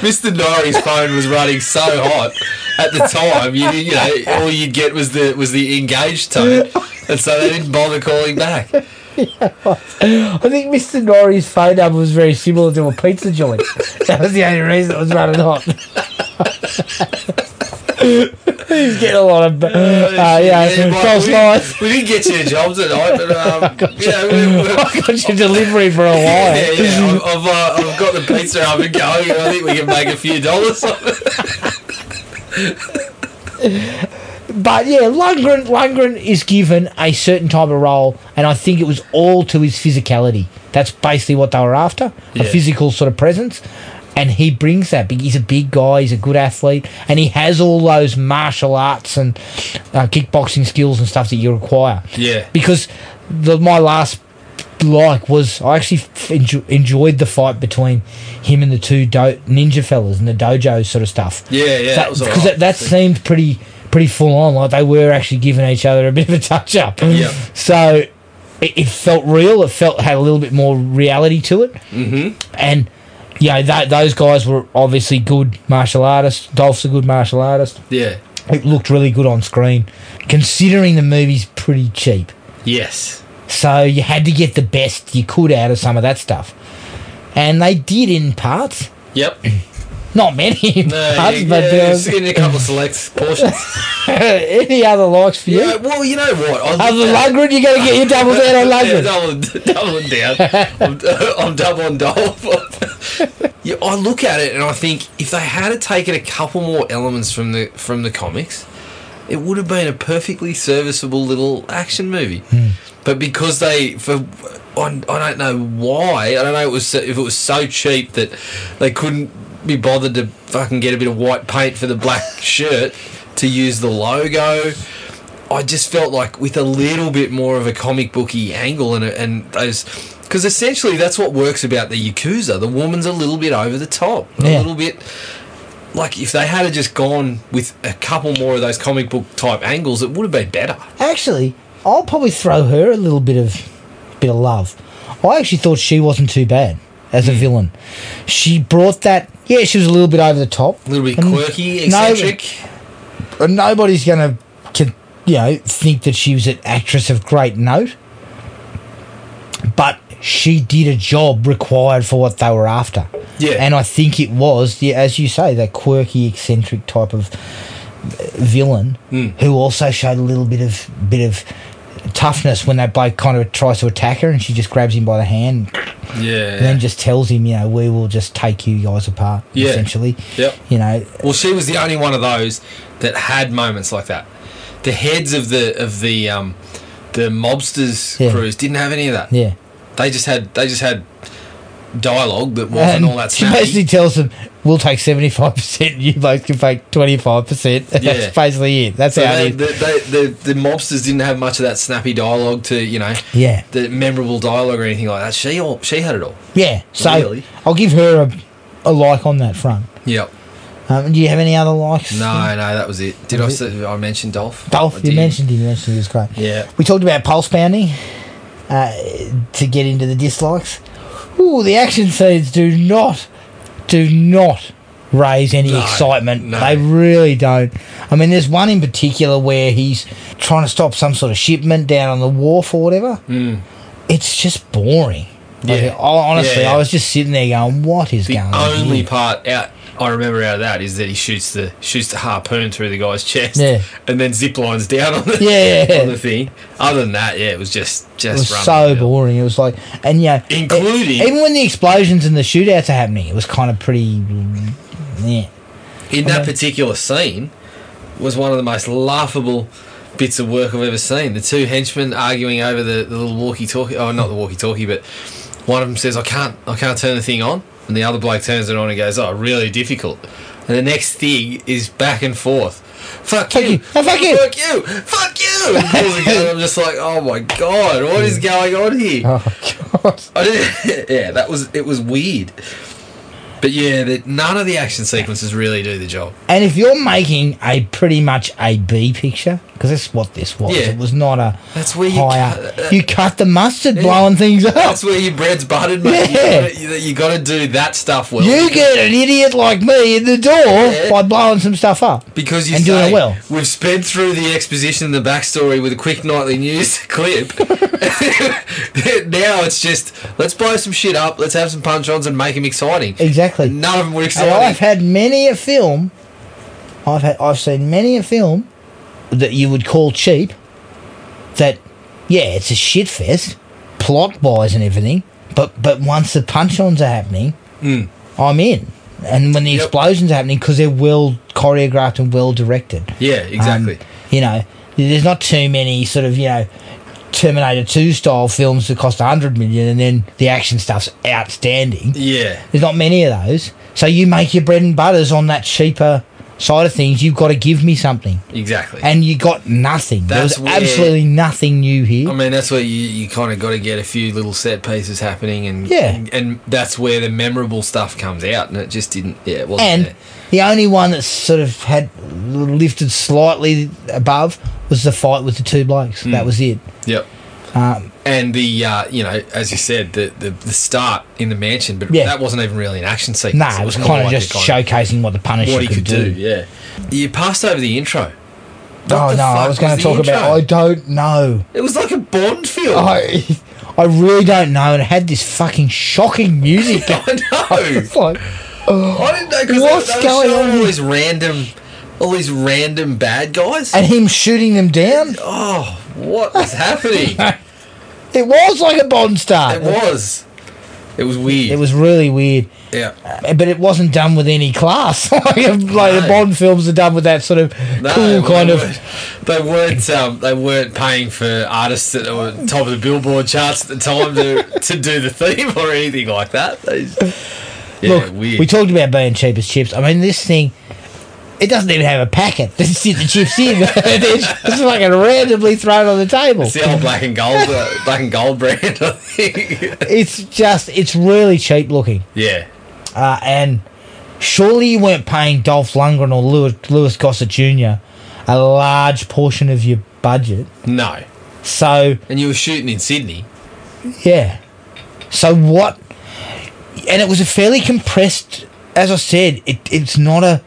Mr. Nori's phone was running so hot at the time. You, you know, all you'd get was the was the engaged tone, and so they didn't bother calling back.
Uh, I think Mr. Norrie's phone number was very similar to a pizza joint. that was the only reason it was running hot. He's getting a lot of, uh, yeah,
Mike,
false
we,
lights.
we didn't get you jobs at night, but um, yeah, we, we,
I got your delivery for a while.
yeah, yeah, I've, I've, uh, I've got the pizza oven going, and I think we can make a few dollars off it.
But yeah, Lundgren, Lundgren is given a certain type of role, and I think it was all to his physicality. That's basically what they were after a
Yeah.
physical sort of presence. And he brings that. big- He's a big guy, he's a good athlete, and he has all those martial arts and uh, kickboxing skills and stuff that you require.
Yeah.
Because the, my last like was I actually f- enjo- enjoyed the fight between him and the two do- ninja fellas and the dojo sort of stuff
Yeah, yeah, that was all
because
right.
that, that seemed pretty pretty full on. Like they were actually giving each other a bit of a touch up.
Yeah.
So it, it felt real. It felt had a little bit more reality to it. Mm-hmm. And you know that those guys were obviously good martial artists. Dolph's a good martial artist.
Yeah.
It looked really good on screen, considering the movie's pretty cheap.
Yes.
So you had to get the best you could out of some of that stuff. And they did in parts.
Yep.
Not many in
No,
parts,
yeah,
but there
yeah,
was
just in a couple of select portions.
any other likes for you.
Yeah, well, you know what? I
Other than Lundgren, you got to get your double down on
Yeah,
Lundgren.
double, doubling down. I'm, I'm double on double. yeah, I look at it and I think if they had taken a couple more elements from the from the comics, it would have been a perfectly serviceable little action movie. But because they, for I, I don't know why, I don't know it was so, if it was so cheap that they couldn't be bothered to fucking get a bit of white paint for the black shirt to use the logo. I just felt like with a little bit more of a comic booky angle and and those because essentially that's what works about the yakuza. The woman's a little bit over the top,
Yeah.
a little bit like if they had just gone with a couple more of those comic book type angles, it would have been better.
Actually, I'll probably throw her a little bit of bit of love. I actually thought she wasn't too bad as
Hmm.
a villain. She brought that. Yeah, she was a little bit over the top,
A little bit
And-
quirky,
No,
eccentric.
and nobody's gonna, con- you know, think that she was an actress of great note. But she did a job required for what they were after.
Yeah.
and I think it was, yeah, as you say, that quirky, eccentric type of uh, villain
Hmm.
who also showed a little bit of bit of toughness when that bloke kind of tries to attack her, and she just grabs him by the hand
yeah.
and then just tells him, you know, we will just take you guys apart,
Yeah.
essentially.
Yep.
You know,
Well, she was the only one of those that had moments like that. The heads of the of the um, the mobsters
Yeah.
crews didn't have any of that.
yeah.
They just had they just had dialogue that wasn't all that
she
snappy.
basically tells them, "We'll take seventy five percent. You both can take twenty five percent."
Yeah.
That's basically it. That's
so
how
they,
it is.
the, they, the, the mobsters didn't have much of that snappy dialogue to you know
Yeah.
the memorable dialogue or anything like that. She all she had it all.
Yeah. So
Really?
I'll give her a, a like on that front.
Yep.
Um, do you have any other likes?
No, no, that was it. Did I say, I mention Dolph? I
Dolph, you
did.
mentioned him. You mentioned he was great.
Yeah.
We talked about pulse bounding uh, to get into the dislikes. Ooh, the action scenes do not, do not raise any
No,
excitement.
no.
They really don't. I mean, there's one in particular where he's trying to stop some sort of shipment down on the wharf or whatever. It's just boring. Like,
Hmm. Yeah.
I, honestly,
Yeah, yeah.
I was just sitting there going, "What is
The
going on?"
only
here?
part out I remember out of that is that he shoots the shoots the harpoon through the guy's chest,
Yeah.
and then zip lines down on the
Yeah, yeah, yeah.
on the thing. Other than that, yeah, it was just
It
just
was
run
so
of the mill.
boring. It was like, and yeah, e-
Including-
even when the explosions and the shootouts are happening, it was kind of pretty. Yeah,
In that
Okay.
particular scene, was one of the most laughable bits of work I've ever seen. The two henchmen arguing over the, the little walkie-talkie. Oh, not the walkie-talkie, but one of them says, "I can't, I can't turn the thing on," and the other bloke turns it on and goes, "Oh, really difficult." And the next thing is back and forth. Fuck
Fuck
you!
you. Oh, fuck you.
Fuck you! Fuck you! And pulls a gun, I'm just like, oh my god, what is going on here?
Oh god.
I didn't, yeah, that was it was weird. But yeah, that none of the action sequences really do the job.
And if you're making a pretty much a B picture, because that's what this was.
Yeah.
It was not a
That's where you
higher.
cut- uh,
you cut the mustard, blowing things up.
That's where your bread's buttered, mate.
Yeah.
You, gotta, you gotta do that stuff well.
you get an idiot like me in the door
Yeah.
by blowing some stuff up.
because you
and doing
say,
it well.
We've sped through the exposition and the backstory with a quick nightly news clip. now it's just let's blow some shit up, let's have some punch ons and make them exciting.
Exactly.
None of them were
And I've
exciting.
had many a film. I've had I've seen many a film that you would call cheap. That yeah, it's a shit fest, plot wise and everything. But but once the punch ons are happening, I'm in. And when the
Mm. Yep.
explosions are happening, because they're well choreographed and well directed.
Yeah, exactly.
Um, you know, there's not too many sort of you know Terminator Two style films that cost hundred million, and then the action stuff's outstanding.
yeah.
There's not many of those. So you make your bread and butters on that cheaper side of things. You've got to give me something.
Exactly.
And you got nothing. there was
That's where-
absolutely nothing new here.
I mean, that's where you, you kind of got to get a few little set pieces happening, and
Yeah.
and, and that's where the memorable stuff comes out, and it just didn't. Yeah, it wasn't.
and
there.
the only one that sort of had lifted slightly above was the fight with the two blokes.
Hmm.
That was it.
Yep.
Um,
and the uh, you know, as you said, the, the the start in the mansion, but
Yeah.
that wasn't even really an action sequence.
Nah, it was
kinda
kind of
like
just
the kind
showcasing what the
of
Punisher
what he
could,
could do. Yeah, you passed over the intro.
oh
the
no,
fuck
I was going
the
to talk about.
intro?
I Oh, don't know.
It was like a Bond film.
I I really don't know. And it had this fucking shocking music.
I know.
it's like
I didn't know because
What's
they were
going
showing
on
all
here?
these random, all these random bad guys.
and him shooting them down.
oh, what was happening?
It was like a Bond star.
It was. It was weird.
It was really weird.
yeah.
But it wasn't done with any class. like like
No.
the Bond films are done with that sort of
No,
cool
they
kind of.
weren't- They weren't. Um, they weren't paying for artists that were top of the Billboard charts at the time to, to do the theme or anything like that. They just- yeah,
Look,
weird.
we talked about being cheap as chips. I mean, this thing, it doesn't even have a packet to sit the chips in. it's just fucking randomly thrown on the table.
it's the old black and gold, uh, black and gold brand. I think.
It's just, it's really cheap looking.
yeah.
Uh, and surely you weren't paying Dolph Lundgren or Lewis, Lewis Gossett Jr. a large portion of your budget.
No.
So,
And you were shooting in Sydney.
Yeah. So what? And it was a fairly compressed. As I said, it, it's not a.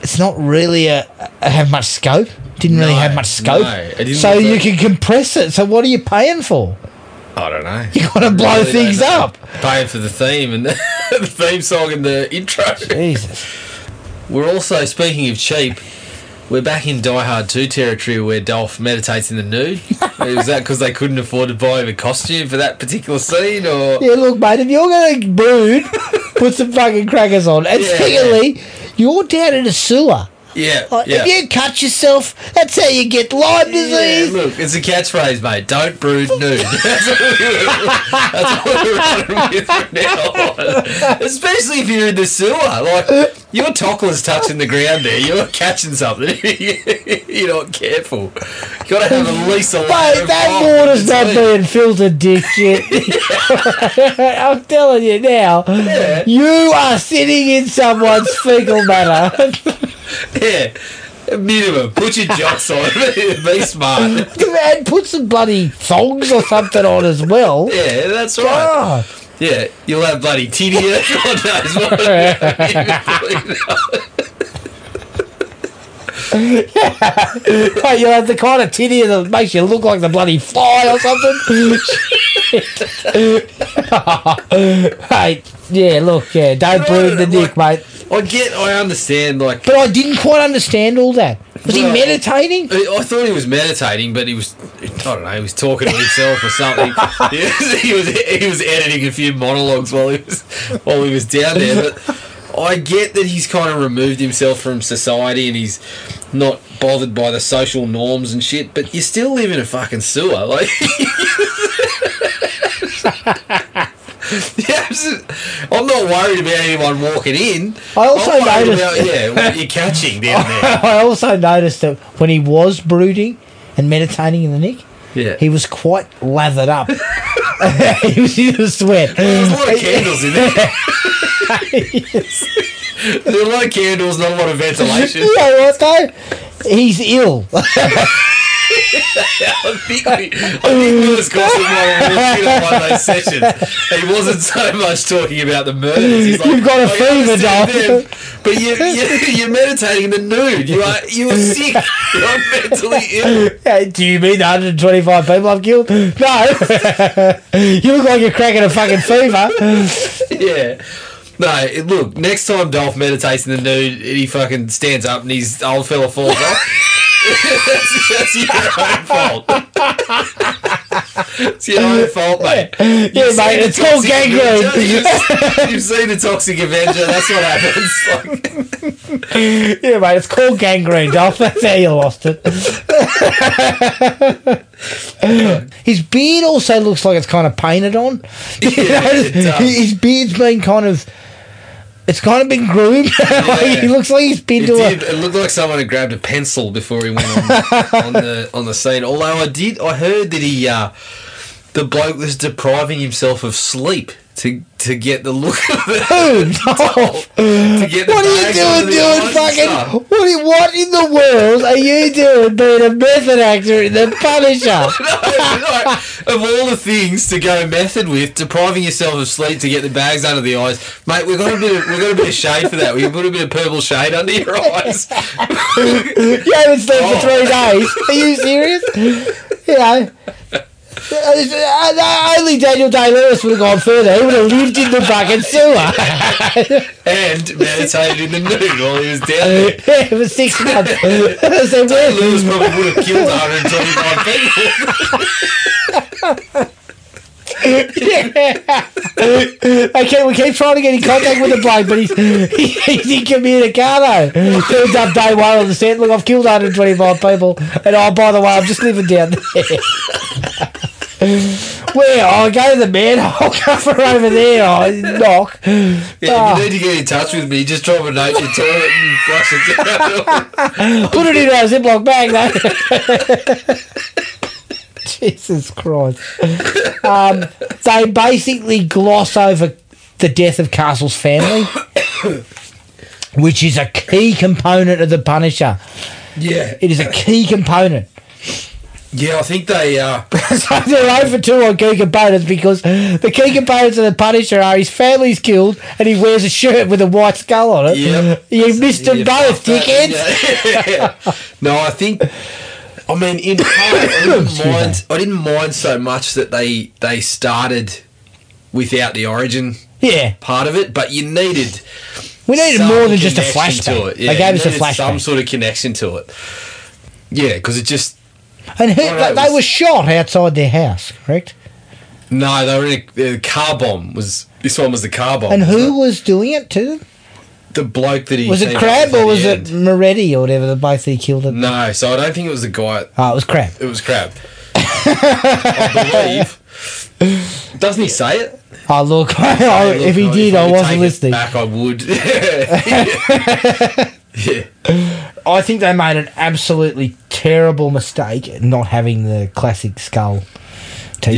It's not really a, a have much scope. Didn't really
No,
have much scope.
no, it didn't
so
look
you
like-
can compress it. So what are you paying for?
I don't know.
You gotta blow
Really don't
things
know.
up.
Paying for the theme and the, the theme song and the intro.
Jesus.
We're also speaking of cheap. We're back in Die Hard 2 territory where Dolph meditates in the nude. Is that because they couldn't afford to buy him a costume for that particular scene, or
Yeah, look, mate. If you're gonna brood, put some fucking crackers on. And
Yeah.
secondly, you're down in a sewer.
yeah,
Like,
yeah,
If you cut yourself, that's how you get Lyme
Yeah,
disease.
Look, it's a catchphrase, mate. Don't brood nude. That's what we're, that's what we're running with from now on. Especially if you're in the sewer, like your tockler's touching the ground there. You're catching something. you're not careful. You gotta have at least a layer
Mate,
of
that
bond
water's not
between.
being filtered, dick shit. I'm telling you now, you are sitting in someone's fecal matter.
Yeah. Minimum. Put your jocks on. Be smart.
and put some bloody thongs or something on as well.
Yeah, that's right.
God.
Yeah, you'll have bloody titty. God knows what.
Mate, you'll have the kind of titty that makes you look like the bloody fly or something. Shit. hey, yeah, look, yeah, don't brood the dick, mate.
I get, I understand, like,
But I didn't quite understand all that. Was he
Well-
meditating?
I I thought he was meditating, but he was, I don't know, he was talking to himself or something. He was, he was, he was editing a few monologues while he was, while he was down there. But I get that he's kind of removed himself from society and he's not bothered by the social norms and shit. But you still live in a fucking sewer, like. Yeah, I'm just- I'm not worried about anyone walking in.
I also
I'm worried
noticed-
about, yeah, what you're catching down there.
I also noticed that when he was brooding and meditating in the nick,
Yeah,
he was quite lathered up. he was in the sweat.
There's a lot of candles in there. There are a lot of candles, not a lot of ventilation.
You know what though? He's ill.
I think we, I think we was causing one of those sessions. He wasn't so much talking about the murders. He's like,
You've got a
"I
fever,
understand
Dom."
them, But you, you, you're meditating in the nude. You are you are sick. You're mentally ill.
Hey, Do you mean the 125 people I've killed? No. you look like you're cracking a fucking fever.
Yeah. No, it- look, next time Dolph meditates in the nude, he fucking stands up and his old fella falls off. that's, that's your own fault. it's your own fault, mate.
Yeah, mate, it's called gangrene.
You've, you've seen the Toxic Avenger, that's what happens. Like,
Yeah, mate, it's called gangrene, Dolph. That's how you lost it. His beard also looks like it's kind of painted on.
Yeah, it does.
His beard's been kind of. It's kind of been groomed. like, He
Yeah.
looks like he's been
it,
to
did, it looked like someone had grabbed a pencil before he went on, on the on the scene. Although I did, I heard that he, uh, the bloke was depriving himself of sleep to to to get the look of it.
Boom! What
To get the
are you
bags
doing,
under the eyes
doing
and
fucking?
stuff.
What, are you- what in the world are you doing being a method actor in The Punisher?
Right. of all the things to go method with, depriving yourself of sleep to get the bags under the eyes, mate. We've got a bit. Of, we've got a bit of shade for that. We can put a bit of purple shade under your eyes.
You haven't slept for three days. Are you serious? You know. uh, Only Daniel Day Lewis would have gone further. He would have lived in the fucking sewer.
and meditated in the nude while he was down there.
it was six months. so where's
Lewis probably would have killed 125 people.
Yeah. I keep, we keep trying to get in contact with the bloke, but he's, he, he's incommunicado. Turns up day one on the set. Look, I've killed 125 people. And oh, by the way, I'm just living down there. Where? Oh, I go to the manhole cover over there. I knock.
Yeah, if
Ah.
you need to get in touch with me, just drop a note to your toilet and flush it down.
Put it in our Ziploc bag, though. Jesus Christ. Um, they basically gloss over the death of Castle's family, which is a key component of The Punisher.
yeah.
It is a key component.
Yeah, I think they uh
so they're over two on key components because the key components of The Punisher are his family's killed and he wears a shirt with a white skull on it.
Yep.
You missed them
yeah,
both,
fuck
dickheads.
that, yeah. No, I think I mean in part I didn't mind I didn't mind so much that they they started without the origin
yeah.
part of it, but you needed
We needed
some
more than just a
connection
flashback.
To it. Yeah,
they gave
you
us a
needed
flashback.
Some sort of connection to it. Yeah, because it just
And who,
Well, no, it
they
was-
were shot outside their house, correct?
no, they were in a, the car bomb. Was this one Oh, was the car bomb?
And
wasn't
who was doing it to them?
it? The bloke that he
Was it
teamed up
Crab
with
or
at the
was it
end.
Moretti or whatever? The both he killed it.
No, so I don't think it was the guy.
Oh, it was Crab.
It was Crab. I believe. Doesn't he say it?
Oh look,
Hey, look,
if he
I-
did, I
could
wasn't
take it
listening.
Back, I would. yeah.
I think they made an absolutely terrible mistake not having the classic skull T-shirt.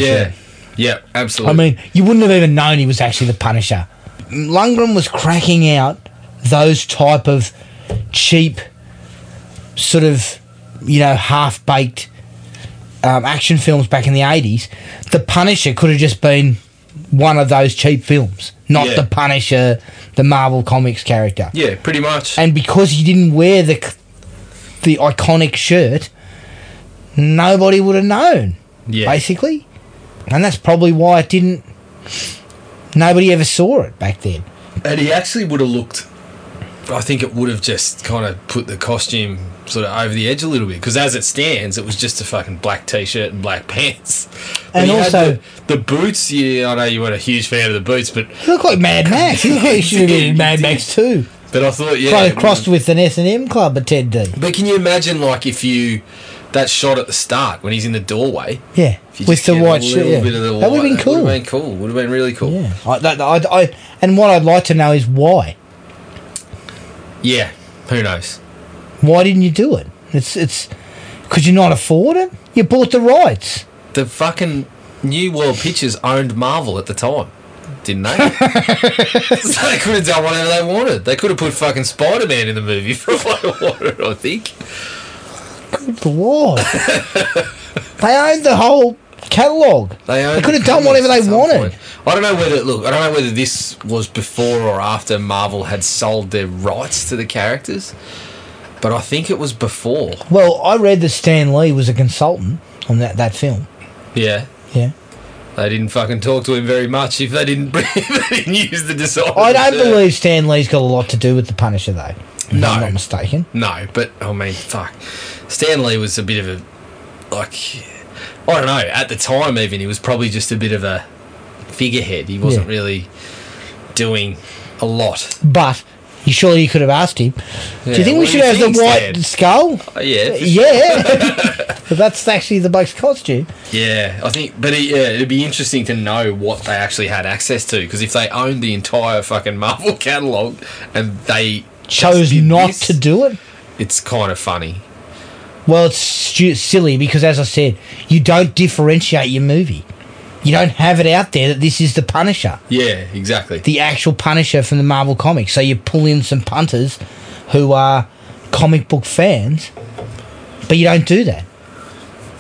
yeah, yeah, absolutely.
I mean, you wouldn't have even known he was actually the Punisher. Lundgren was cracking out those type of cheap, sort of, you know, half baked um, action films back in the eighties. The Punisher could have just been one of those cheap films, not
Yeah.
the Punisher, the Marvel Comics character.
yeah, pretty much.
And because he didn't wear the c- the iconic shirt, nobody would have known
yeah,
basically. And that's probably why it didn't. Nobody ever saw it back then.
And he actually would have looked. I think it would have just kind of put the costume sort of over the edge a little bit because as it stands, it was just a fucking black t-shirt and black pants. But
And
he had
also-
the, the boots. Yeah, I know you weren't a huge fan of the boots, but
He looked like Mad Max. He looked like he should have been in Mad Max too.
but I thought yeah,
Cro-
it
crossed with an S and M club attendee.
But can you imagine, like, if you that shot at the start when he's in the doorway
Yeah,
if you
with
just
the
get
white
a
shirt.
little
Yeah.
bit of the
that would have been
white,
cool.
Would have been cool. Would have been really cool.
yeah, I, that, I, I, and what I'd like to know is why.
Yeah, Who knows?
Why didn't you do it? It's it's could you not afford it? You bought the rights.
The fucking New World Pictures owned Marvel at the time, didn't they? so they could have done whatever they wanted. They could have put fucking Spider Man in the movie for all I wanted. I think.
But why? they owned the whole catalogue.
They, owned
could have
the
done whatever
comics
they
at some
wanted.
point. I don't know whether look. I don't know whether this was before or after Marvel had sold their rights to the characters, but I think it was before.
Well, I read that Stan Lee was a consultant on that, that film.
Yeah,
Yeah.
they didn't fucking talk to him very much if they didn't, if they didn't use the design.
I don't believe Stan Lee's got a lot to do with the Punisher, though. if
No.
I'm not mistaken.
No, but I mean, fuck. Stanley was a bit of a like. I don't know. At the time, even he was probably just a bit of a figurehead. He wasn't
Yeah.
really doing a lot.
But you surely you could have asked him. do you
Yeah,
think we
what do
should
you
have
think,
the white
Stan?"
skull?
Oh, yeah, for
Uh, yeah. but that's actually the bloke's costume.
Yeah, I think, but it, yeah, it'd be interesting to know what they actually had access to because if they owned the entire fucking Marvel catalog and they
Chose
just did
not
this,
to do it.
it's kind of funny.
Well, it's stu- silly because, as I said, you don't differentiate your movie. you don't have it out there that this is the Punisher,
Yeah, exactly.
the actual Punisher from the Marvel comics. So you pull in some punters who are comic book fans, but you don't do that.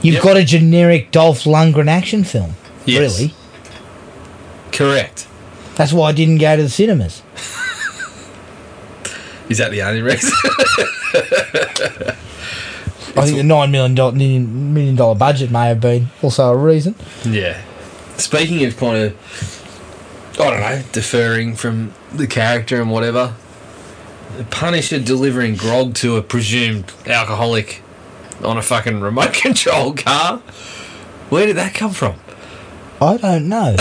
You've
Yep.
got a generic Dolph Lundgren action film,
Yes.
really.
Correct.
That's why I didn't go to the cinemas.
Is that the only reason?
I think the nine million dollar million dollar budget may have been also a reason.
yeah. Speaking of kind of, I don't know, deferring from the character and whatever, the Punisher delivering grog to a presumed alcoholic on a fucking remote control car. Where did that come from?
I don't know.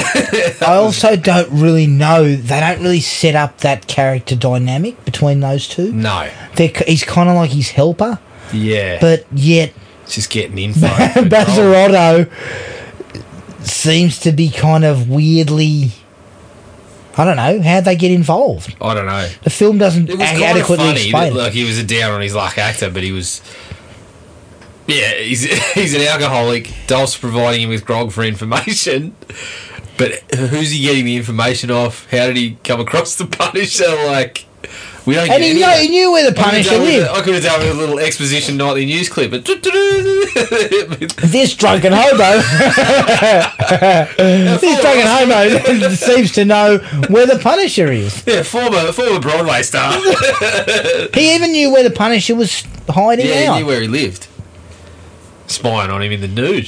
I also don't really know. They don't really set up that character dynamic between those two.
No.
They're, k- he's kind of like his helper,
Yeah.
but yet
It's just getting info. Oh, for grog.
Bazzarotto seems to be kind of weirdly. I don't know how'd they get involved.
I don't know.
The film doesn't
It was
ad-
kind of
adequately
funny
explain
that,
it.
like he was a down on his luck actor, but he was. Yeah, he's he's an alcoholic. Dolph's providing him with grog for information, but who's he getting the information off? How did he come across the Punisher? Like, we don't.
and he
get any
knew,
of that.
he knew where the
I could've
Punisher
done with
lived.
a- I could have done with a little exposition nightly news clip, but
This drunken hobo, this drunken hobo seems to know where the Punisher is.
yeah, former former Broadway star.
He even knew where the Punisher was hiding
yeah, he knew
out.
where he lived. Spying on him in the nude.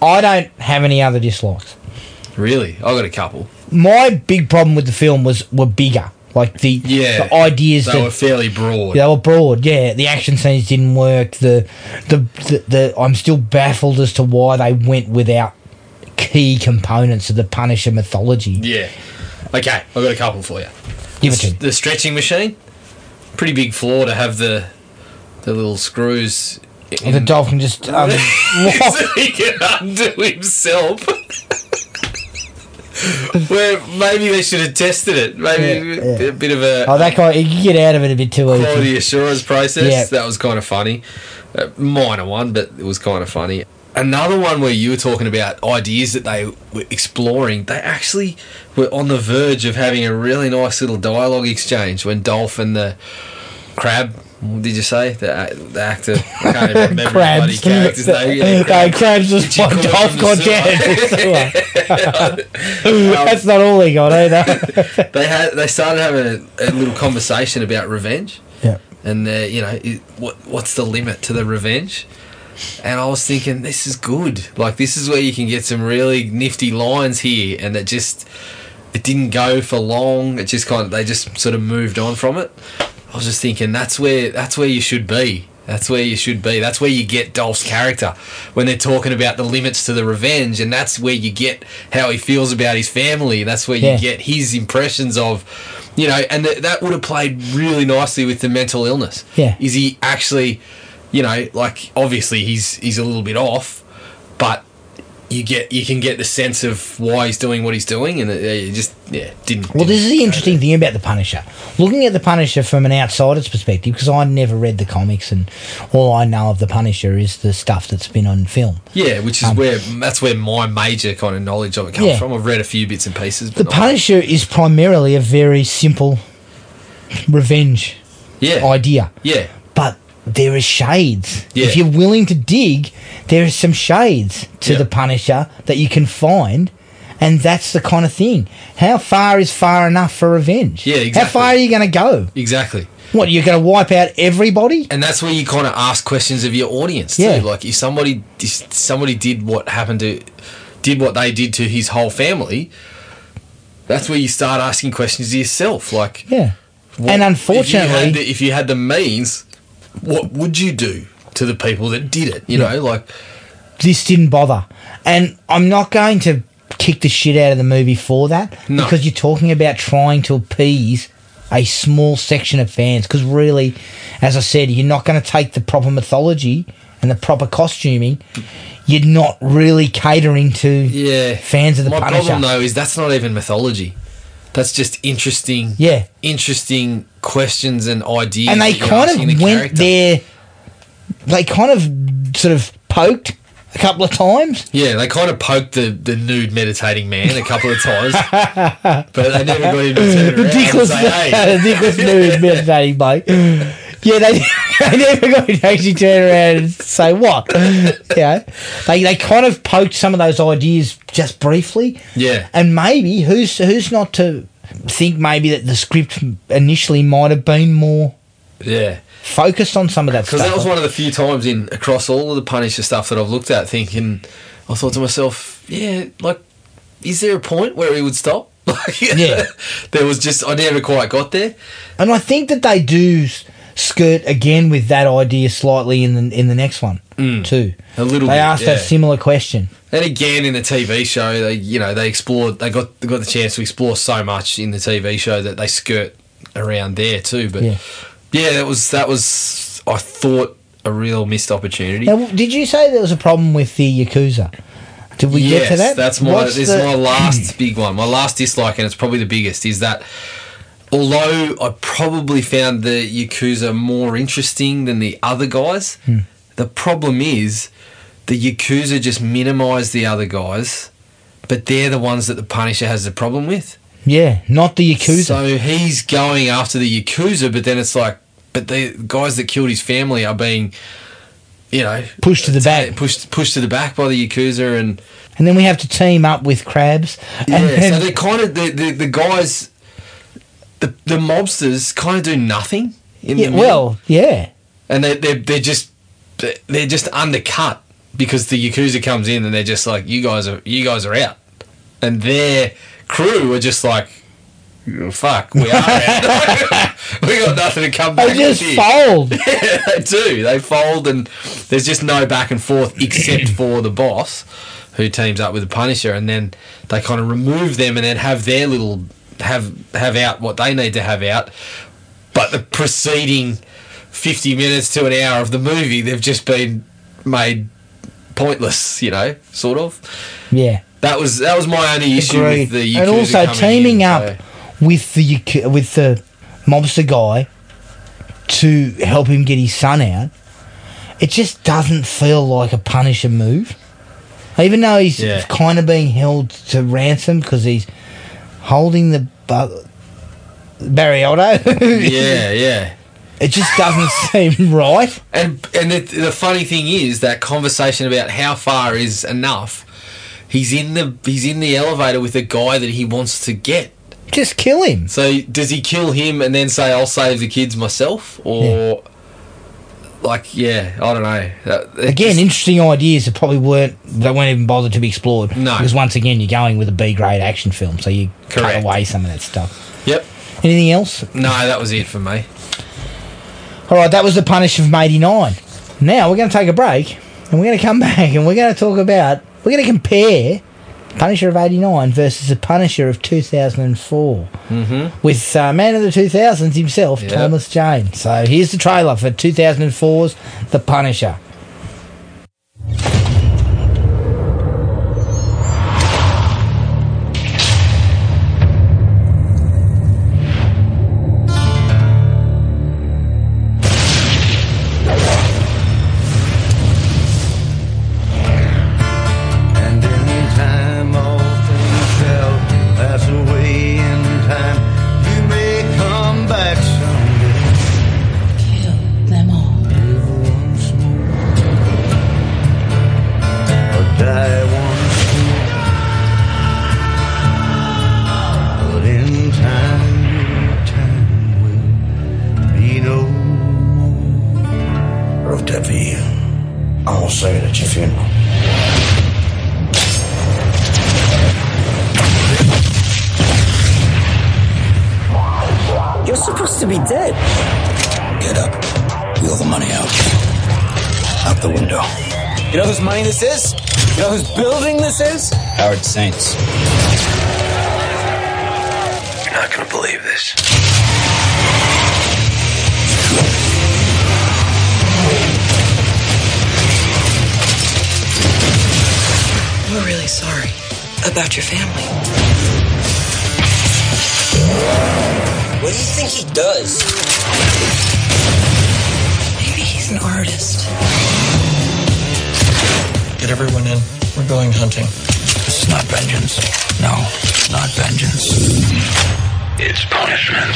I don't have any other dislikes.
really, I got a couple.
My big problem with the film was were bigger, like the
Yeah,
the ideas
They
that
were fairly broad.
they were broad. Yeah, the action scenes didn't work. The the, the the I'm still baffled as to why they went without key components of the Punisher mythology.
Yeah. Okay, I've got a couple for you.
Give it to me.
The stretching machine. Pretty big flaw to have the the little screws. In
The dolphin just um,
so he can undo himself. Where maybe they should have tested it. Maybe
Yeah, yeah.
a bit of a
Oh, that guy, you can get out of it a bit too easy.
quality assurance process.
Yeah.
That was kind of funny. A minor one, but it was kind of funny. Another one where you were talking about ideas that they were exploring, they actually were on the verge of having a really nice little dialogue exchange when Dolph and the crab. what Did you say the, a- the actor? I can't even remember the bloody
Crabs.
character's name. Yeah,
No,
crab.
crabs just
Did you
one
call
off
him
God
the
damn it.
Um,
That's not all he got eh, either.
they had they started having a, a little conversation about revenge.
yeah.
and the you know it, what what's the limit to the revenge and i was thinking this is good like this is where you can get some really nifty lines here and it just it didn't go for long it just kind of they just sort of moved on from it i was just thinking that's where that's where you should be that's where you should be that's where you get dolph's character when they're talking about the limits to the revenge and that's where you get how he feels about his family that's where
Yeah.
you get his impressions of you know and th- that would have played really nicely with the mental illness
Yeah.
is he actually you know like obviously he's he's a little bit off but you get you can get the sense of why he's doing what he's doing and it, it just yeah didn't
Well, this
didn't
is the
go
interesting
there.
thing about the Punisher. Looking at the Punisher from an outsider's perspective, because I never read the comics, and all I know of the Punisher is the stuff that's been on film.
yeah which is where that's where my major kind of knowledge of it comes
Um, Yeah.
from i've read a few bits and pieces but
The
not-
Punisher is primarily a very simple revenge
yeah
idea.
yeah
but there are shades.
Yeah.
If you're willing to dig, there are some shades to
Yeah.
the Punisher that you can find, and that's the kind of thing. How far is far enough for revenge?
Yeah,
How far
exactly.
are you going to go?
exactly
What you're going to wipe out everybody?
and that's where you kind of ask questions of your audience
Yeah.
too. Like if somebody if somebody did what happened to did what they did to his whole family, that's where you start asking questions to yourself. Like,
Yeah.
what-
and
if you,
unfortunately,
had the, if you had the means, what would you do to the people that did it? You know, like
this didn't bother. And I'm not going to kick the shit out of the movie for that
No.
because you're talking about trying to appease a small section of fans. Because really, as I said, you're not going to take the proper mythology and the proper costuming. You're not really catering to
yeah,
fans of the
My
Punisher.
problem though is that's not even mythology. That's just interesting.
Yeah.
interesting questions and ideas.
and they
that you're
kind
asking
of
the
went
character.
there. They kind of sort of poked a couple of times.
Yeah, they kind of poked the, the nude meditating man a couple of times, but they never got him to turn around
Ridiculous,
and say, hey.
ridiculous nude meditating bloke. Yeah, they, they never got to actually turn around and say what. You know, they they kind of poked some of those ideas just briefly.
Yeah.
and maybe who's who's not to think maybe that the script initially might have been more
Yeah.
focused on some of that stuff.
Because that was one of the few times in across all of the Punisher stuff that I've looked at, thinking, I thought to myself, yeah, like, is there a point where he would stop? Like,
Yeah.
there was just I never quite got there.
And I think that they do s- skirt again with that idea slightly in the in the next one too.
Mm. A little
They
bit,
asked
yeah.
that similar question.
And again, in the TV show, they you know they explored, they got they got the chance to explore so much in the TV show that they skirt around there too. But
Yeah.
yeah, that was that was I thought a real missed opportunity.
Now, w- did you say there was a problem with the yakuza? Did we get to that?
That's my
What's
this
the-
is my last big one. My last dislike, and it's probably the biggest, is that although I probably found the Yakuza more interesting than the other guys,
Hmm.
the problem is the Yakuza just minimise the other guys, but they're the ones that the Punisher has the problem with.
yeah, not the yakuza.
So he's going after the Yakuza, but then it's like, but the guys that killed his family are being, you know,
Pushed to the back.
pushed pushed to the back by the Yakuza and.
and then we have to team up with crabs.
Yeah,
and then-
so they kind of the, the the guys, the the mobsters kind of do nothing. In
yeah,
the middle.
well, yeah.
and they they they're just they're- they're just undercut because the yakuza comes in and they're just like you guys are you guys are out, and their crew are just like. "Oh, Fuck, we are out. we got nothing to come back
They just
with here."
fold.
Yeah, they do. They fold, and there's just no back and forth except for the boss, who teams up with the Punisher, and then they kind of remove them, and then have their little have have out what they need to have out. But the preceding fifty minutes to an hour of the movie, they've just been made pointless. You know, sort of.
yeah.
That was that was my only issue
Agreed.
with the Yakuza
and also
coming
teaming
in,
up
so-
with the Yaku- with the mobster guy to help him get his son out. It just doesn't feel like a Punisher move, even though he's
Yeah.
kind of being held to ransom because he's holding the bu- Barry Aldo.
yeah, yeah.
it just doesn't seem right.
And and the, the funny thing is that conversation about how far is enough. He's in the he's in the elevator with the guy that he wants to get.
Just kill him.
So does he kill him and then say I'll save the kids myself or like yeah I don't know That- it
Again,
just-
interesting ideas that probably weren't they weren't even bothered to be explored.
No.
because once again, you're going with a B grade action film, so you cut
Correct.
away some of that stuff.
yep
Anything else?
no that was it for me
All right, that was the Punisher from '89. Now we're going to take a break, and we're going to come back, and we're going to talk about we're going to compare Punisher of '89 versus the Punisher of 2004 mm-hmm. with uh, Man of the 2000s himself,
Yep.
Thomas Jane. So here's the trailer for 2004's The Punisher.
And in time, all things shall pass away. In time, you may come back someday.
Kill them all.
Live once more or die once more. But in time, your time will be no more. Wrote that for you. I won't sing it at your funeral.
You're supposed to be dead.
Get up. Wheel the money out. Out the window.
You know whose money this is? You know whose building this is?
Howard Saints. You're not gonna believe this.
We're really sorry about your family.
What do you think he does?
Maybe he's an artist.
Get everyone in. We're going hunting.
This is not vengeance. No, it's not vengeance. It's punishment.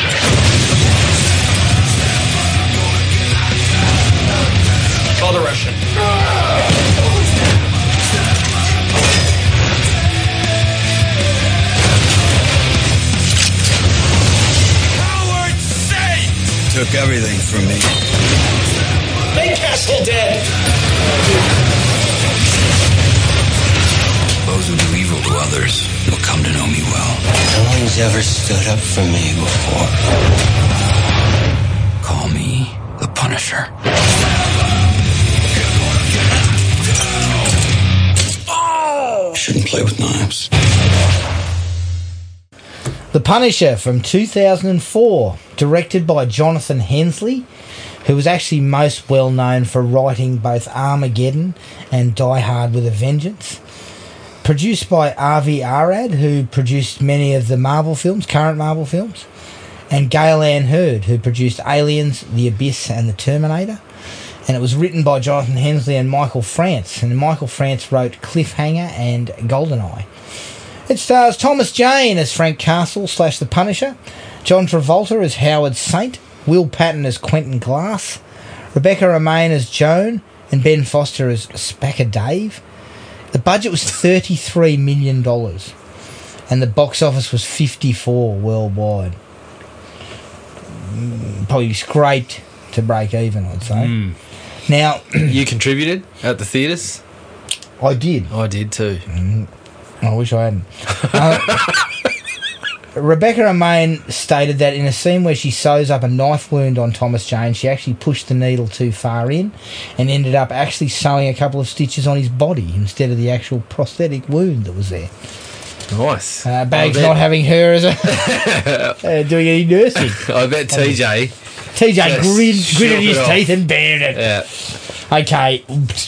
Call the Russian.
Took everything from me.
Lancaster dead!
Those who do evil to others will come to know me well.
No one's ever stood up for me before.
Call me the Punisher.
Shouldn't play with knives.
The Punisher from 2004, directed by Jonathan Hensley, who was actually most well known for writing both Armageddon and Die Hard with a Vengeance. Produced by R.V. Arad, who produced many of the Marvel films, current Marvel films, and Gail Ann Hurd, who produced Aliens, The Abyss, and The Terminator and it was written by Jonathan Hensley and Michael France. And Michael France wrote Cliffhanger and Goldeneye. It stars Thomas Jane as Frank Castle slash The Punisher, John Travolta as Howard Saint, Will Patton as Quentin Glass, Rebecca Romaine as Joan, and Ben Foster as Spacker Dave. The budget was $33 million, and the box office was 54 worldwide. Mm, Probably scraped to break even, I'd say. Mm. Now
you contributed at the theatres.
I did.
I did too.
Mm, I wish I hadn't. uh, Rebecca Romaine stated that in a scene where she sews up a knife wound on Thomas Jane, she actually pushed the needle too far in and ended up actually sewing a couple of stitches on his body instead of the actual prosthetic wound that was there.
Nice.
Uh, Bags not having her as a uh, doing any nursing.
I bet TJ
TJ grit, gritted his teeth and bared it.
uh,
Yeah. Okay,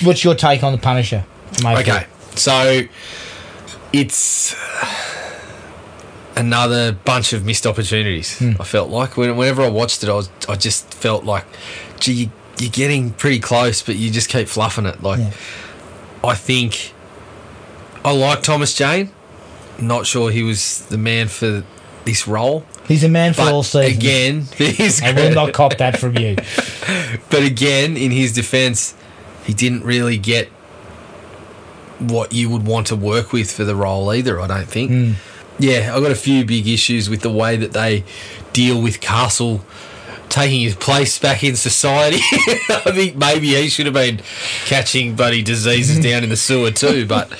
what's your take on the Punisher?
Okay, so it's another bunch of missed opportunities. Mm. I felt like when, whenever I watched it, I was I just felt like, gee, you, are getting pretty close, but you just keep fluffing it. Like, yeah. I think I like Thomas Jane. Not sure he was the man for this role.
He's a man for
but
all seasons.
Again,
he's I will not cop that from you.
but again, in his defence, he didn't really get what you would want to work with for the role either. I don't think. Mm. Yeah, I got a few big issues with the way that they deal with Castle taking his place back in society. I think maybe he should have been catching buddy diseases down in the sewer too, but.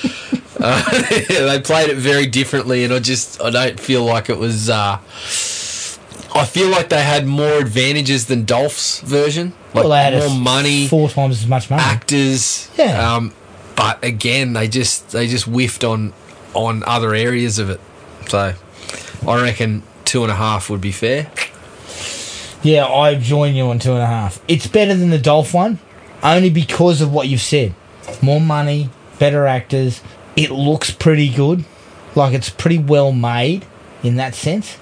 Uh, they played it very differently, and I just I don't feel like it was. Uh, I feel like they had more advantages than Dolph's version. Like
well,
more money,
four times as much money,
actors.
Yeah.
Um, but again, they just they just whiffed on on other areas of it. So I reckon two and a half would be fair.
Yeah, I join you on two and a half. It's better than the Dolph one, only because of what you've said. More money, better actors, it looks pretty good. Like it's pretty well made in that sense.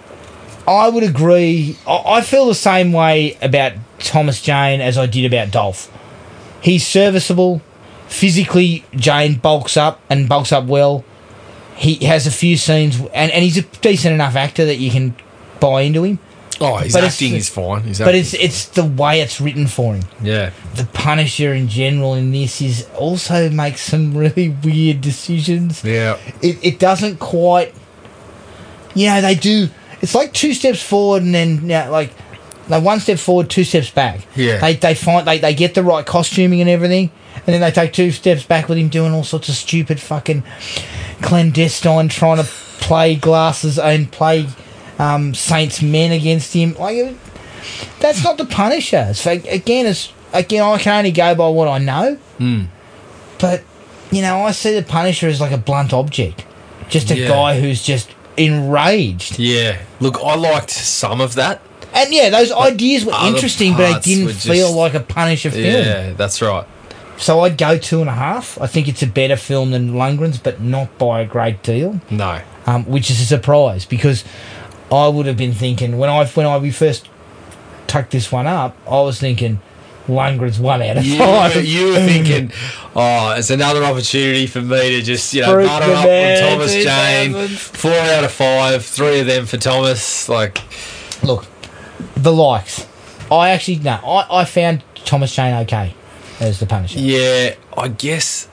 I would agree. I feel the same way about Thomas Jane as I did about Dolph. He's serviceable. Physically, Jane bulks up and bulks up well. He has a few scenes, and, and he's a decent enough actor that you can buy into him.
Oh, his but acting is fine. His
but it's it's the way it's written for him.
Yeah.
The Punisher in general in this is also makes some really weird decisions.
Yeah.
It it doesn't quite. You know they do. It's like two steps forward and then you know, like, like one step forward, two steps back.
Yeah.
They they find they they get the right costuming and everything, and then they take two steps back with him doing all sorts of stupid fucking clandestine trying to play glasses and play. Um, Saints men against him. Like that's not the Punisher. So again, it's again I can only go by what I know.
Mm.
But you know, I see the Punisher as like a blunt object, just a yeah. guy who's just enraged.
Yeah. Look, I liked some of that.
And yeah, those but ideas were interesting, but it didn't feel just, like a Punisher film.
Yeah, that's right.
So I'd go two and a half. I think it's a better film than Lundgren's, but not by a great deal.
No.
Um, which is a surprise because I would have been thinking when I when I we first tucked this one up, I was thinking Lundgren's one out of
You,
five.
were- you were thinking, oh, it's another opportunity for me to just, you know,
Freak
butter
the
up
man,
with Thomas Jane.
2000.
Four out of five, three of them for Thomas. Like,
look, the likes. I actually no, I, I found Thomas Jane okay as the Punisher.
yeah, I guess.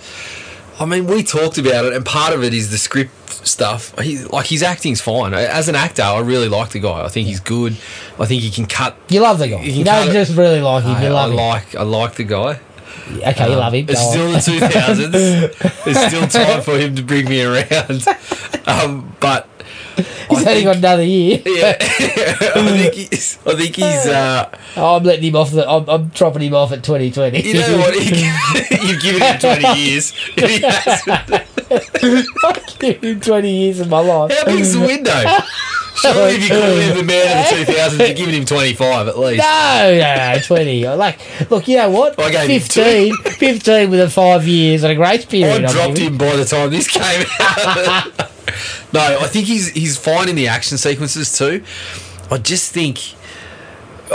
I mean, we talked about it, and part of it is the script stuff. He, like, his acting's fine. As an actor, I really like the guy. I think he's good. I think he can cut.
You love the guy.
He can
You don't
cut it.
just really like him.
I,
You
I
love him.
like. I like the guy.
Okay, you love him.
It's
Go
still
on.
the two thousands. It's still time for him to bring me around. Um, but
He's only got another year.
yeah, I think he's. I think he's. Uh,
I'm letting him off. The, I'm, I'm dropping him off at 2020.
you know what? He, you've given him twenty years. He hasn't.
I've given him 20 years of my life.
How big's the window? Surely, if you call him the man of the two thousands, you're giving him twenty five at least.
No, no, no, 20. I Like, look, you know what?
I gave him
15, 15 with a five years and a grace
I
period. I'm
dropped
giving.
him by the time this came out. no, I think he's he's fine in the action sequences too. I just think,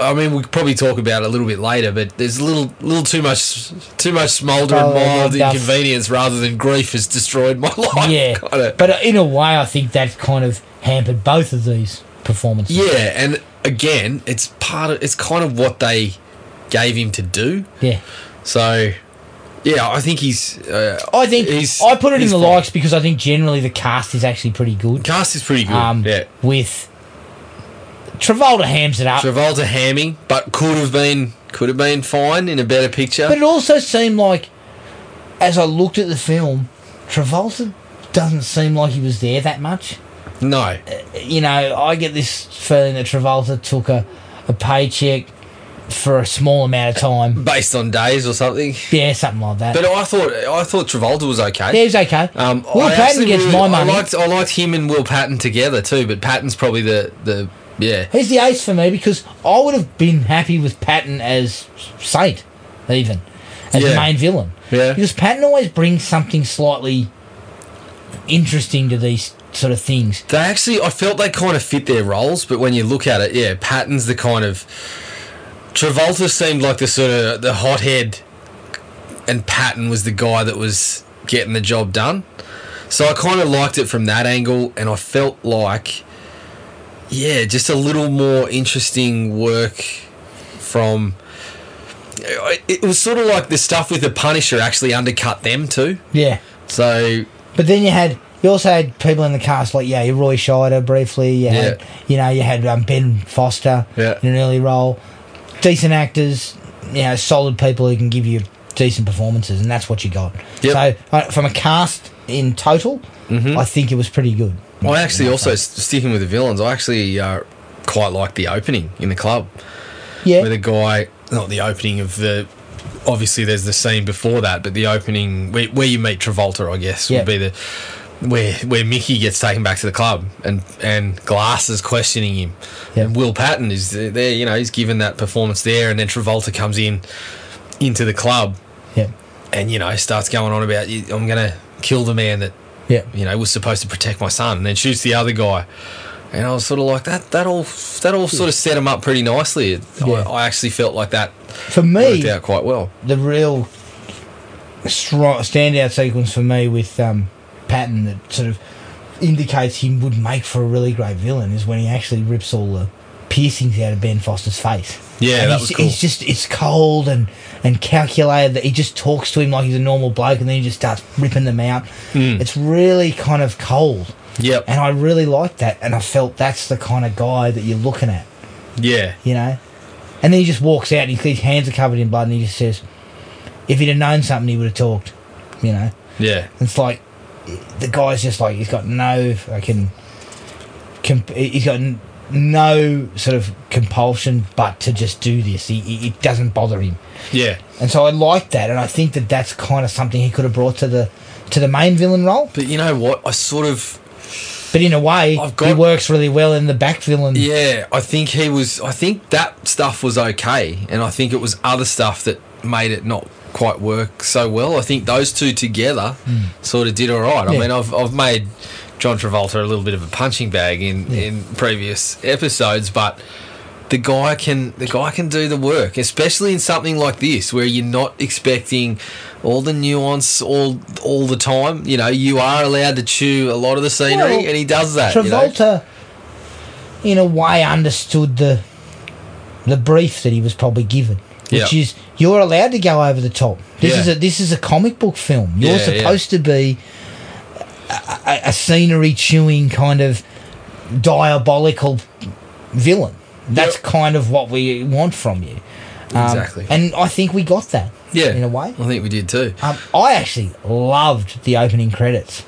I mean, we'll probably talk about it a little bit later, but there's a little little too much too much smoulder and
Oh, yeah,
mild
that's-
inconvenience rather than grief has destroyed my life.
Yeah,
Kinda.
but in a way, I think that's kind of hampered both of these performances.
yeah, and again, it's part of it's kind of what they gave him to do.
Yeah.
So, yeah, I think he's. Uh,
I think
he's,
I put it in
he's
the
fine.
likes because I think generally the cast is actually pretty good.
Cast is pretty good.
Um,
yeah.
With Travolta hams it up,
Travolta hamming, but could have been could have been fine in a better picture.
but it also seemed like, as I looked at the film, Travolta doesn't seem like he was there that much.
no,
You know, I get this feeling that Travolta took a, a paycheck for a small amount of time.
based on days or something.
Yeah, something like that.
But I thought I thought Travolta was okay.
Yeah, he was okay.
Um,
Will
I
Patton
actually
gets
really-
my
I
money.
liked, I liked him and Will Patton together too, but Patton's probably the the yeah.
He's the ace for me because I would have been happy with Patton as Saint, even as the
Yeah.
main villain.
Yeah.
Because Patton always brings something slightly interesting to these sort of things.
They actually, I felt they kind of fit their roles, but when you look at it, yeah, Patton's the kind of Travolta seemed like the sort of the hothead, and Patton was the guy that was getting the job done. So I kind of liked it from that angle, and I felt like, yeah, just a little more interesting work from. It was sort of like the stuff with the Punisher actually undercut them too.
Yeah.
So
But then you had you also had people in the cast like yeah, Roy Scheider briefly. You had
Yeah.
you know you had um, Ben Foster
Yeah.
in an early role. Decent actors, you know, solid people who can give you decent performances, and that's what you got.
Yep. Mm-hmm.
So uh, from a cast in total, I think it was pretty good.
I actually also s- sticking with the villains. I actually uh, quite like the opening in the club.
Yeah.
where the guy, not the opening of the. Obviously, there's the scene before that, but the opening where, where you meet Travolta, I guess,
Yeah.
would be the where where Mickey gets taken back to the club and and Glass is questioning him,
Yeah.
and Will Patton is there. You know, he's given that performance there, and then Travolta comes in into the club
Yeah.
and you know starts going on about I'm gonna kill the man that
Yeah.
you know was supposed to protect my son, and then shoots the other guy. And I was sort of like that. That all that all sort of set him up pretty nicely.
Yeah.
I, I actually felt like that
For me,
worked out quite well.
the real strong standout sequence for me with um, Patton that sort of indicates he would make for a really great villain is when he actually rips all the piercings out of Ben Foster's face.
Yeah,
and
that
he's,
was cool.
He's just it's cold and and calculated that he just talks to him like he's a normal bloke and then he just starts ripping them out.
Hmm.
It's really kind of cold.
Yep.
And I really liked that, and I felt that's the kind of guy that you're looking at
Yeah.
you know. And then he just walks out and his hands are covered in blood and he just says, if he'd have known something, he would have talked, you know.
Yeah.
It's like, the guy's just like, he's got no fucking, comp- he's got n- no sort of compulsion but to just do this. He, he, it doesn't bother him.
Yeah.
And so I like that and I think that that's kind of something he could have brought to the to the main villain role.
But you know what? I sort of
But in a way,
I've got-
he works really well in the back villain.
yeah. I think he was. I think that stuff was okay, and I think it was other stuff that made it not quite work so well. I think those two together sort of did all right. I
Hmm. Yeah.
mean, I've I've made John Travolta a little bit of a punching bag in in previous episodes, but the guy can the guy can do the work, especially in something like this where you're not expecting all the nuance all all the time. You know, you are allowed to chew a lot of the scenery,
Well,
and he does that. you know?
Travolta, in a way, understood the the brief that he was probably given, which
Yeah.
is you're allowed to go over the top. This
Yeah.
is a this is a comic book film. You're
Yeah, yeah.
supposed to be a, a, a scenery chewing kind of diabolical villain. That's kind of what we want from you.
Exactly.
And I think we got that.
Yeah,
In a way.
I think we did too.
Um, I actually loved the opening credits.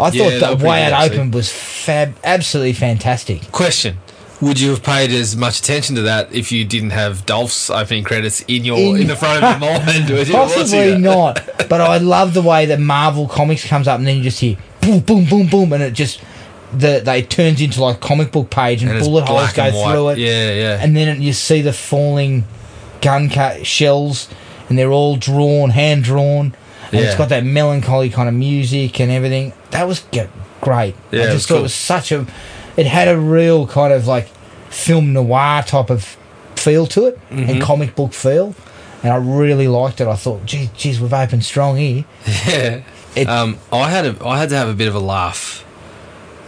I
Yeah, they were
thought the
pretty
way it
good, actually.
opened was fab, absolutely fantastic.
Question: Would you have paid as much attention to that if you didn't have Dolph's opening credits in your in, the front of your mind? Would you- what's
Possibly
he-
not, but I love the way that Marvel Comics comes up and then you just hear boom, boom, boom, boom, and it just the they it turns into like comic book page and,
And it's
bullet holes
black
go
and white.
through it.
Yeah, yeah.
And then it, you see the falling gun cut shells, and they're all drawn, hand drawn, and it's
Yeah.
got that melancholy kind of music and everything. That was g- great.
Yeah,
I
it
just
was
thought it
cool.
was such a, it had a real kind of like film noir type of feel to it
Mhm.
and comic book feel, and I really liked it. I thought, geez, geez we've opened strong here.
Yeah. um, I had a, I had to have a bit of a laugh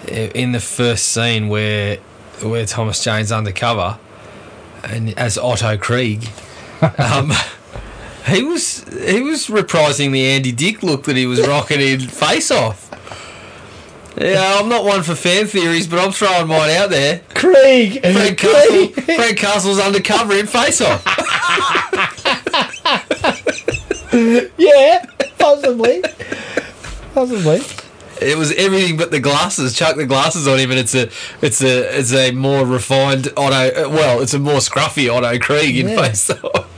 i- in the first scene where where Thomas Jane's undercover and as Otto Krieg. Um, he was he was reprising the Andy Dick look that he was rocking in Face Off. Yeah, I'm not one for fan theories, but I'm throwing mine out there.
Krieg,
Fred Castle, Fred Castle's undercover in Face Off.
yeah, possibly, possibly.
It was everything but the glasses. Chuck the glasses on him, and it's a, it's a, it's a more refined Otto. uh, Well, it's a more scruffy Otto Krieg in
Yeah.
face. Off.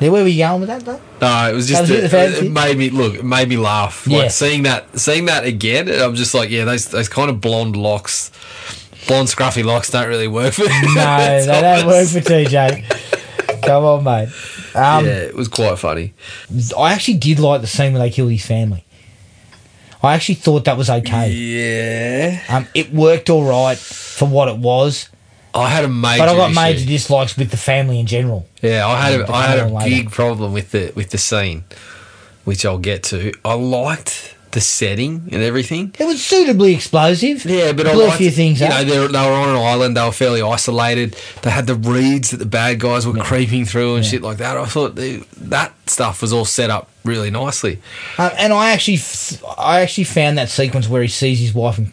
Yeah, where were you going with that though?
No, it was
That was
just
it,
a,
the fancy?
it made me look. It made me laugh.
Yeah.
Like seeing that, seeing that again. and I'm just like, yeah, those those kind of blonde locks, blonde scruffy locks don't really work for.
No, they don't work for TJ. Come on, mate. Um,
yeah, it was quite funny.
I actually did like the scene where they killed his family. I actually thought that was okay.
Yeah.
Um, it worked all right for what it was.
I had a major.
but I got
issue.
major dislikes with the family in general.
Yeah, I had a,
We'll
I had
come
a
on later.
big problem with the with the scene, which I'll get to. I liked the setting and everything.
It was suitably explosive.
Yeah, but I
blew
liked,
a few things
you
up.
know, they were, they were on an island. They were fairly isolated. They had the reeds that the bad guys were creeping through and shit like that. I thought they, that stuff was all set up really nicely.
Um, and I actually, f- I actually found that sequence where he sees his wife and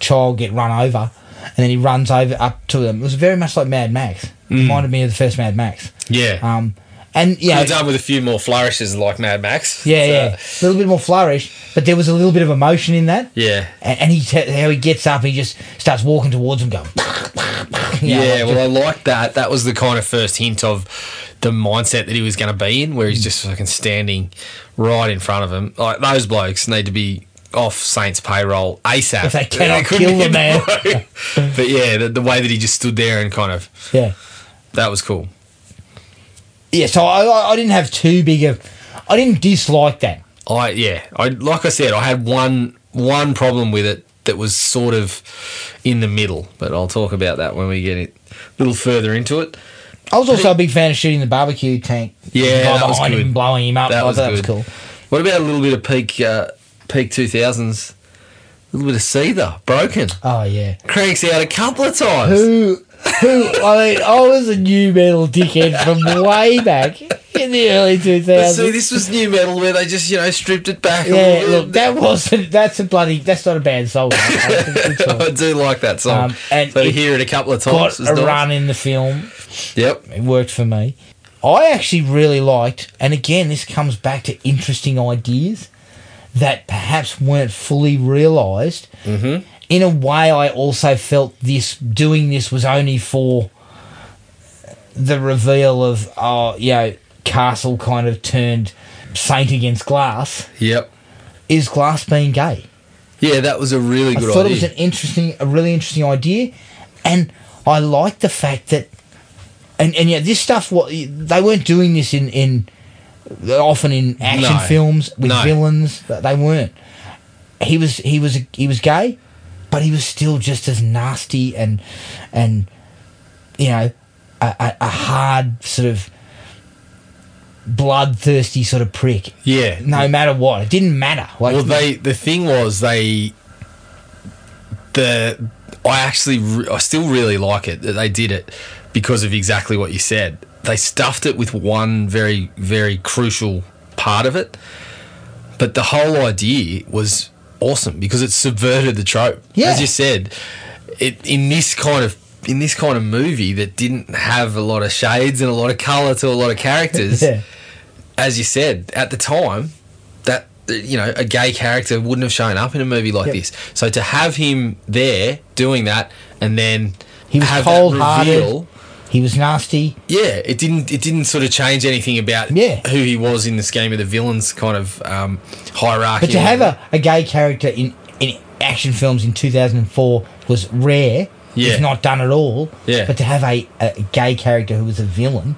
child get run over, and then he runs over up to them. It was very much like Mad Max.
Mm.
Reminded me of the first Mad Max.
Yeah,
Um, and yeah,
Could've done with a few more flourishes like Mad Max.
yeah,
So,
yeah, a little bit more flourish, but there was a little bit of emotion in that.
yeah.
And, and he, te- how he gets up, he just starts walking towards him, going.
Yeah,
like
well, I like that. That was the kind of first hint of the mindset that he was going to be in, where he's just fucking standing right in front of him. Like those blokes need to be off Saints payroll ASAP.
If they cannot
couldn't
kill the
get
man.
away. but yeah, the, the way that he just stood there and kind of
Yeah.
that was cool.
Yeah, so I- I, I didn't have too big of. I didn't dislike that.
I yeah, I like I said, I had one one problem with it that was sort of in the middle, but I'll talk about that when we get it a little further into it.
I was also a big fan of shooting the barbecue tank.
Yeah,
Guy
that was
behind him
good.
and blowing him up. I
That
thought
was,
that was
good.
cool.
What about a little bit of peak uh, peak two thousands? A little bit of Seether, broken.
Oh yeah,
cranks out a couple of times.
Who, who? I mean, I was a new metal dickhead from way back in the early two
But see,
thousands.
this was new metal where they just you know stripped it back. a
Yeah,
little
look,
bit.
that wasn't. That's a bloody. That's not a bad song. That's a good song.
I do like that song.
Um, and
so to
it
hear it a couple of times,
Got
was
a
nice.
run in the film.
Yep.
It worked for me. I actually really liked, and again, this comes back to interesting ideas that perhaps weren't fully realized.
Mm-hmm.
in a way, I also felt this doing this was only for the reveal of, oh, you know, Castle kind of turned Saint against Glass.
Yep.
Is Glass being gay?
Yeah, that was a really
I
good
thought
idea.
it was an interesting, a really interesting idea, and I like the fact that, and and yeah, this stuff. What they weren't doing this in in often in action
No.
films with
No.
villains. They weren't. He was he was he was gay. but he was still just as nasty and and you know a, a, a hard sort of bloodthirsty sort of prick.
Yeah.
No matter what, it didn't matter. Like,
well, they the thing was they the I actually re- I still really like it that they did it because of exactly what you said. They stuffed it with one very very crucial part of it, but the whole idea was awesome because it subverted the trope.
Yeah.
As you said, it in this kind of in this kind of movie that didn't have a lot of shades and a lot of color to a lot of characters.
Yeah.
As you said, at the time, that you know, a gay character wouldn't have shown up in a movie like
Yep.
this. So to have him there doing that and then
He was
have
cold
that
hearted.
reveal,
He was nasty.
yeah, it didn't it didn't sort of change anything about
Yeah.
who he was in the scheme of the villains kind of um, hierarchy.
But to have a, a gay character in, in action films in 2004 was rare.
Yeah.
It's not done at all.
Yeah.
But to have a, a gay character who was a villain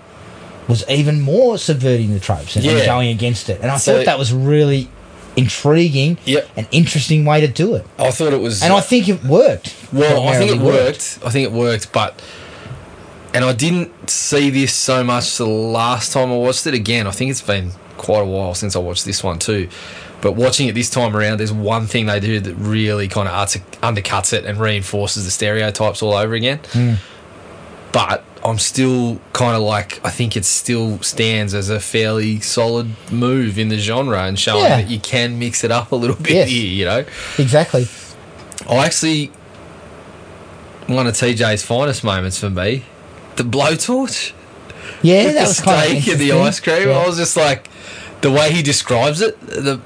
was even more subverting the tropes and, and
Yeah.
going against it. And I
So-
thought that was really intriguing
Yep.
and interesting way to do it.
I thought it was
And I think it worked.
Well, I think it
Primarily
worked. I think it worked, but and I didn't see this so much the last time I watched it. Again, I think it's been quite a while since I watched this one too. But watching it this time around, there's one thing they do that really kind of undercuts it and reinforces the stereotypes all over again.
Mm.
But I'm still kind of like I think it still stands as a fairly solid move in the genre and showing
Yeah.
that you can mix it up a little bit
Yes.
here, you know.
Exactly.
I actually one of TJ's finest moments for me, the blowtorch.
Yeah,
with
that
the
was kind of
steak and the ice cream.
Yeah.
I was just like, the way he describes it, the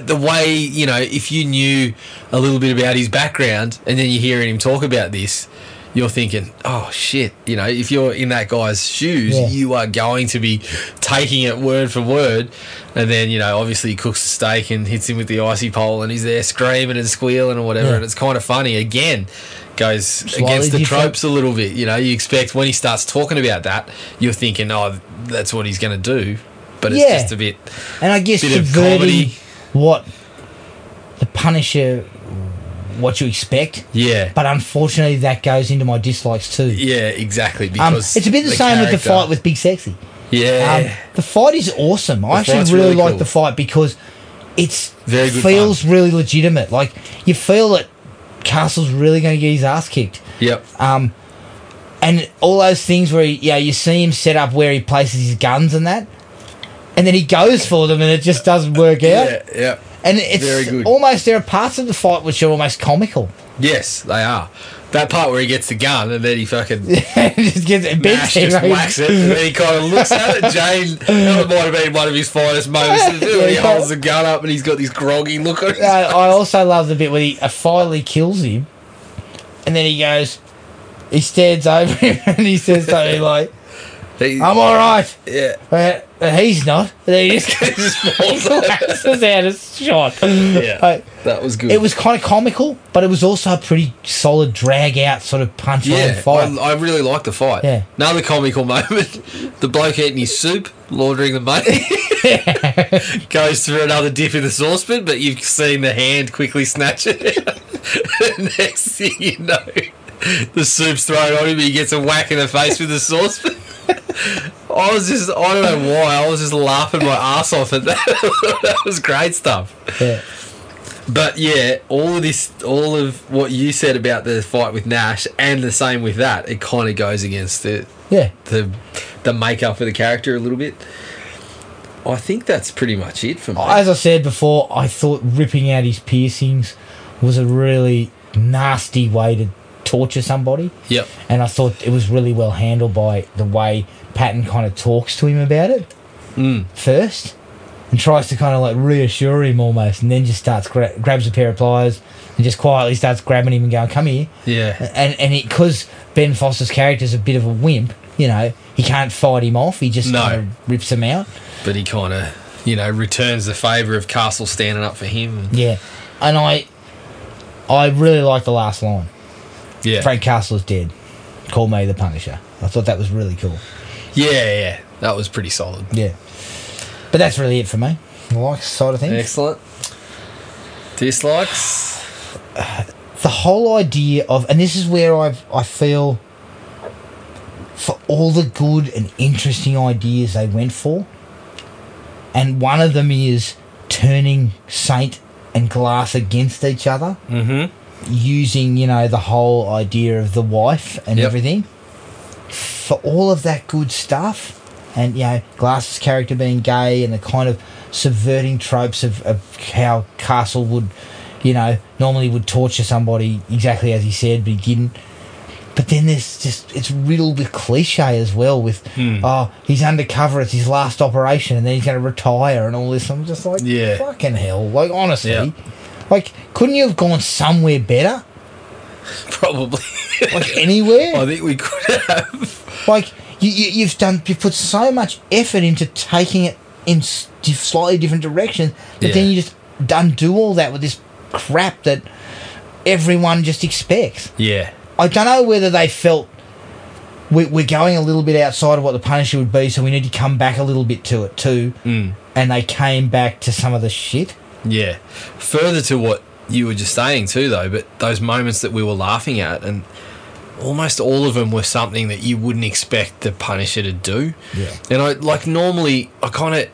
the way you know, if you knew a little bit about his background, and then you're hearing him talk about this, you're thinking, oh shit, you know, if you're in that guy's shoes,
Yeah.
you are going to be taking it word for word. And then you know, obviously, he cooks the steak and hits him with the icy pole, and he's there screaming and squealing and whatever.
Yeah.
And it's kind of funny again. Goes
Slightly
against the
different.
tropes a little bit. You know, you expect when he starts talking about that, you're thinking, oh, that's what he's going to do. But it's
Yeah.
just a bit.
and I guess
bit of
subverting
comedy.
what the Punisher, what you expect.
Yeah.
But unfortunately, that goes into my dislikes too.
Yeah, exactly.
Um,
Because
it's a bit the, same with the
character-
fight with Big Sexy. Um,
Yeah.
the fight is awesome.
The
I actually
fight's
really,
really
like
cool.
the fight because it's
Very good
feels really legitimate. Like you feel that Castle's really going to get his ass kicked.
yep.
Um, and all those things where he, yeah, you see him set up where he places his guns and that, and then he goes for them and it just doesn't work out.
Yeah. Yeah.
And it's
Very good.
almost there are parts of the fight which are almost comical.
Yes, they are. That part where he gets the gun and then he fucking
It just gets it beats
Nash
him,
just
right?
whacks it, and then he kind of looks at it. Jane, that might have been one of his finest moments.
Yeah, he
he holds the gun up and he's got this groggy look on his
Uh, I also love the bit where he uh, finally kills him, and then he goes, he stands over him and he says something like,
He-
"I'm all right."
Yeah.
Uh, uh, he's not. And then he just collapses out of shot.
Yeah.
Uh,
that was good.
it was kind of comical, but it was also a pretty solid drag out sort of punch line
Yeah,
fight.
I, I really like the fight.
Yeah.
Another comical moment: the bloke eating his soup, laundering the money, goes through another dip in the saucepan, but you've seen the hand quickly snatch it. out. Next thing you know, the soup's thrown on him. He gets a whack in the face with the saucepan. I was just—I don't know why—I was just laughing my ass off at that. that was great stuff.
yeah.
But yeah, all of this, all of what you said about the fight with Nash, and the same with that, it kind of goes against the
yeah.
the the makeup of the character a little bit. I think that's pretty much it for me.
As I said before, I thought ripping out his piercings was a really nasty way to torture somebody.
yep.
and I thought it was really well handled by the way Patton kind of talks to him about it
Mm.
first and tries to kind of like reassure him almost, and then just starts gra- grabs a pair of pliers and just quietly starts grabbing him and going, "Come here."
Yeah.
And and because Ben Foster's character's a bit of a wimp, you know, he can't fight him off. He just
No.
kind of rips him out.
But he kind of, you know, returns the favour of Castle standing up for him.
Yeah, and I I really like the last line.
Yeah.
Frank Castle is dead. Call me the Punisher. I thought that was really cool.
Yeah, yeah. That was pretty solid.
Yeah. But that's really it for me. The likes side of things.
Excellent. Dislikes.
the whole idea of, and this is where I've, I feel for all the good and interesting ideas they went for, and one of them is turning Saint and Glass against each other,
mm-hmm.
using, you know, the whole idea of the wife and
Yep.
everything. For all of that good stuff, and, you know, Glass's character being gay and the kind of subverting tropes of, of how Castle would, you know, normally would torture somebody exactly as he said, but he didn't. But then there's just, it's riddled with cliche as well with,
Hmm.
oh, he's undercover, it's his last operation, and then he's going to retire and all this. I'm just like,
Yeah.
fucking hell. Like, honestly.
Yeah.
Like, couldn't you have gone somewhere better?
Probably.
Like, anywhere?
I think we could have.
like, you, you, you've done, you've put so much effort into taking it in s- di- slightly different directions, but then
Yeah.
you just undo all that with this crap that everyone just expects.
Yeah.
I don't know whether they felt we, we're going a little bit outside of what the Punisher would be, so we need to come back a little bit to it too.
Mm.
And they came back to some of the shit.
Yeah. Further to what you were just saying too, though, but those moments that we were laughing at, and almost all of them were something that you wouldn't expect the Punisher to do.
Yeah.
And I like normally I kind of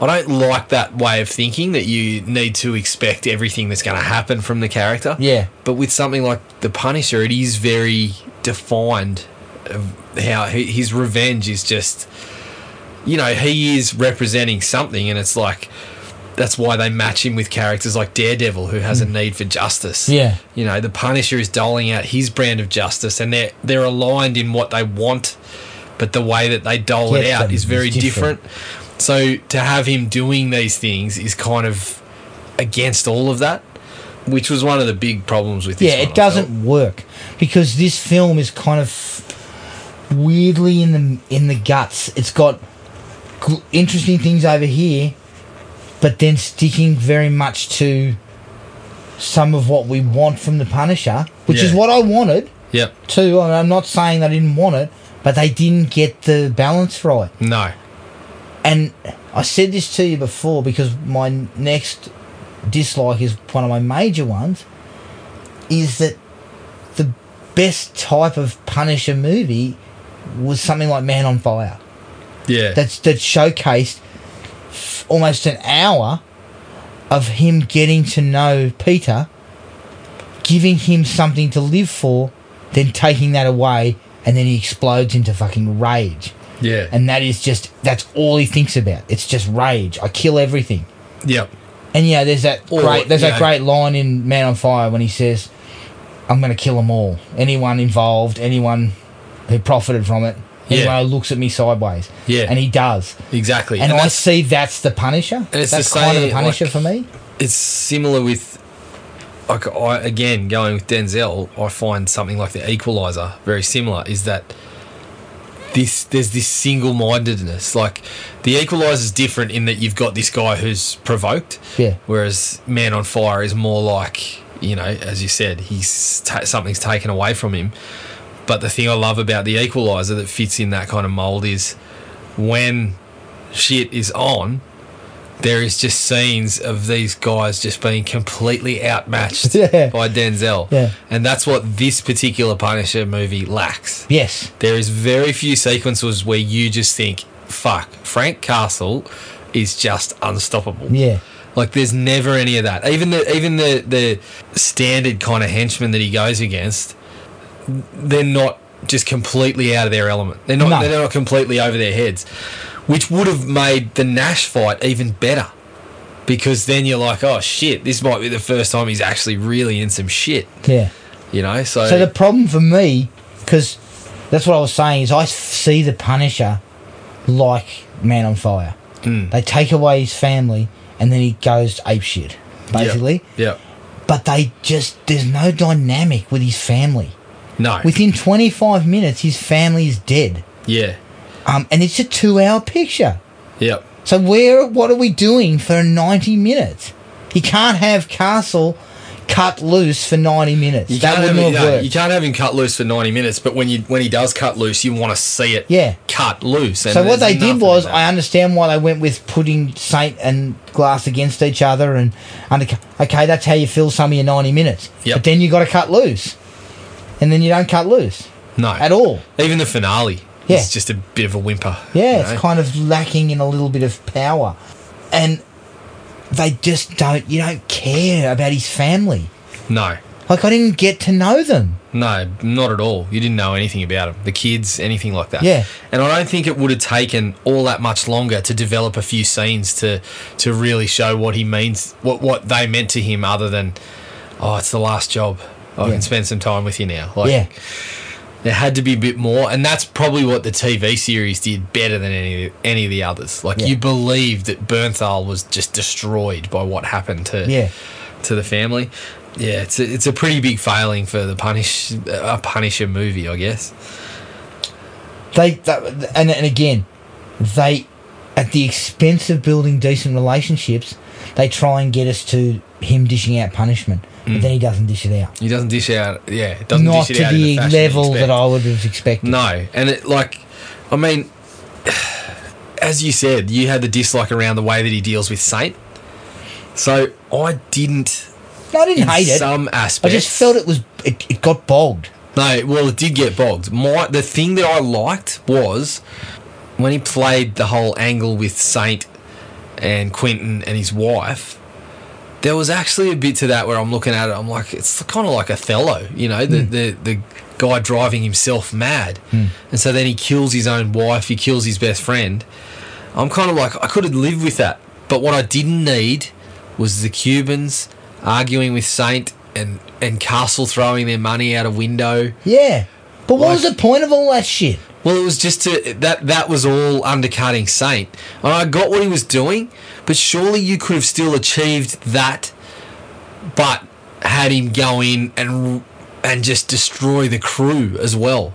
I don't like that way of thinking that you need to expect everything that's going to happen from the character.
Yeah.
But with something like the Punisher, it is very defined. Of how he- his revenge is just, you know, he is representing something, and it's like that's why they match him with characters like Daredevil, who has a need for justice.
Yeah.
You know, the Punisher is doling out his brand of justice, and they're they're aligned in what they want, but the way that they dole it
Gets
out
them
is very
is different.
different. So to have him doing these things is kind of against all of that, which was one of the big problems with this.
yeah,
one,
it
I
doesn't
felt.
work because this film is kind of weirdly in the in the guts. It's got gl- interesting things over here, but then sticking very much to some of what we want from the Punisher, which is
Yeah.
what I wanted
Yep.
too. And I'm not saying they didn't want it, but they didn't get the balance right.
No.
And I said this to you before because my next dislike is one of my major ones is that the best type of Punisher movie was something like Man on Fire.
Yeah.
That's that showcased f- almost an hour of him getting to know Peter, giving him something to live for, then taking that away, and then he explodes into fucking rage.
Yeah.
And that is just that's all he thinks about. It's just rage. I kill everything.
Yep.
And yeah, there's that
Or,
great there's
you
that
know-
great line in Man on Fire when he says, "I'm going to kill them all. Anyone involved, anyone who profited from it,
Yeah.
anyone who looks at me sideways."
Yeah.
and he does.
Exactly.
And,
And
I
that's-
see that's the Punisher.
And it's
that's
the
kind of
same,
the Punisher
like-
for me.
it's similar with like I again going with Denzel, I find something like the Equalizer very similar. Is that this there's this single mindedness. Like the Equalizer is different in that you've got this guy who's provoked,
Yeah.
whereas Man on Fire is more like you know, as you said, he's ta- something's taken away from him. But the thing I love about the Equalizer that fits in that kind of mold is when shit is on, there is just scenes of these guys just being completely outmatched
Yeah.
by Denzel.
Yeah.
And that's what this particular Punisher movie lacks.
Yes.
There is very few sequences where you just think, fuck, Frank Castle is just unstoppable.
Yeah.
Like there's never any of that. Even the even the the standard kind of henchmen that he goes against, they're not just completely out of their element. They're not
No.
they're not completely over their heads, which would have made the Nash fight even better. Because then you're like, oh shit, this might be the first time he's actually really in some shit,
Yeah.
you know? So,
So the problem for me, because that's what I was saying, is I s- see the Punisher like Man on Fire.
Hmm.
They take away his family, and then he goes ape shit, basically.
yeah.
But they just there's no dynamic with his family.
No.
Within 25 minutes, his family is dead,
yeah.
um, and it's a two-hour picture.
Yep.
So where what are we doing for 90 minutes? You can't have Castle cut loose for 90 minutes.
You
that
can't, have
wouldn't
him,
have
no,
worked.
you can't have him cut loose for 90 minutes, but when you when he does cut loose, you want to see it
Yeah.
cut loose. and
so what
there's
they did
nothing
was,
in
I understand why they went with putting Saint and Glass against each other, and under, okay, that's how you fill some of your ninety minutes.
Yep.
But then you got to cut loose, and then you don't cut loose.
that. No. At
all.
Even the finale
Yeah.
is just a bit of a whimper.
Yeah,
you know?
it's kind of lacking in a little bit of power, and they just don't. You don't care about his family.
No.
Like I didn't get to know them.
No, not at all. You didn't know anything about them, the kids, anything like that.
Yeah.
And I don't think it would have taken all that much longer to develop a few scenes to to really show what he means, what what they meant to him, other than, oh, it's the last job. I
Yeah.
can spend some time with you now.
Yeah.
There had to be a bit more, and that's probably what the TV series did better than any any of the others. Like
Yeah.
you believed that Bernthal was just destroyed by what happened to
Yeah.
to the family. Yeah, it's a, it's a pretty big failing for the punish uh, a Punisher movie, I guess.
They that, and and again, they at the expense of building decent relationships, they try and get us to him dishing out punishment, but
Mm.
then he doesn't dish it out.
He doesn't dish out, yeah, it doesn't
Not
dish it
to
out in
the,
fashion you
level
expect.
that I would have expected.
No, and it like, I mean, as you said, you had the dislike around the way that he deals with Saint. So I didn't.
No, I didn't
in
hate it.
Some
I
aspects.
just felt it was it, it got bogged.
No, well, it did get bogged. My the thing that I liked was when he played the whole angle with Saint and Quentin and his wife. There was actually a bit to that where I'm looking at it. I'm like, it's kind of like Othello, you know, the the, the guy driving himself mad, and so then he kills his own wife. He kills his best friend. I'm kind of like, I could have lived with that. But what I didn't need was the Cubans arguing with Saint and, and Castle throwing their money out a window.
Yeah, but what was the point of all that shit?
Well, it was just to, that that was all undercutting Saint. And I got what he was doing, but surely you could have still achieved that, but had him go in and and just destroy the crew as well.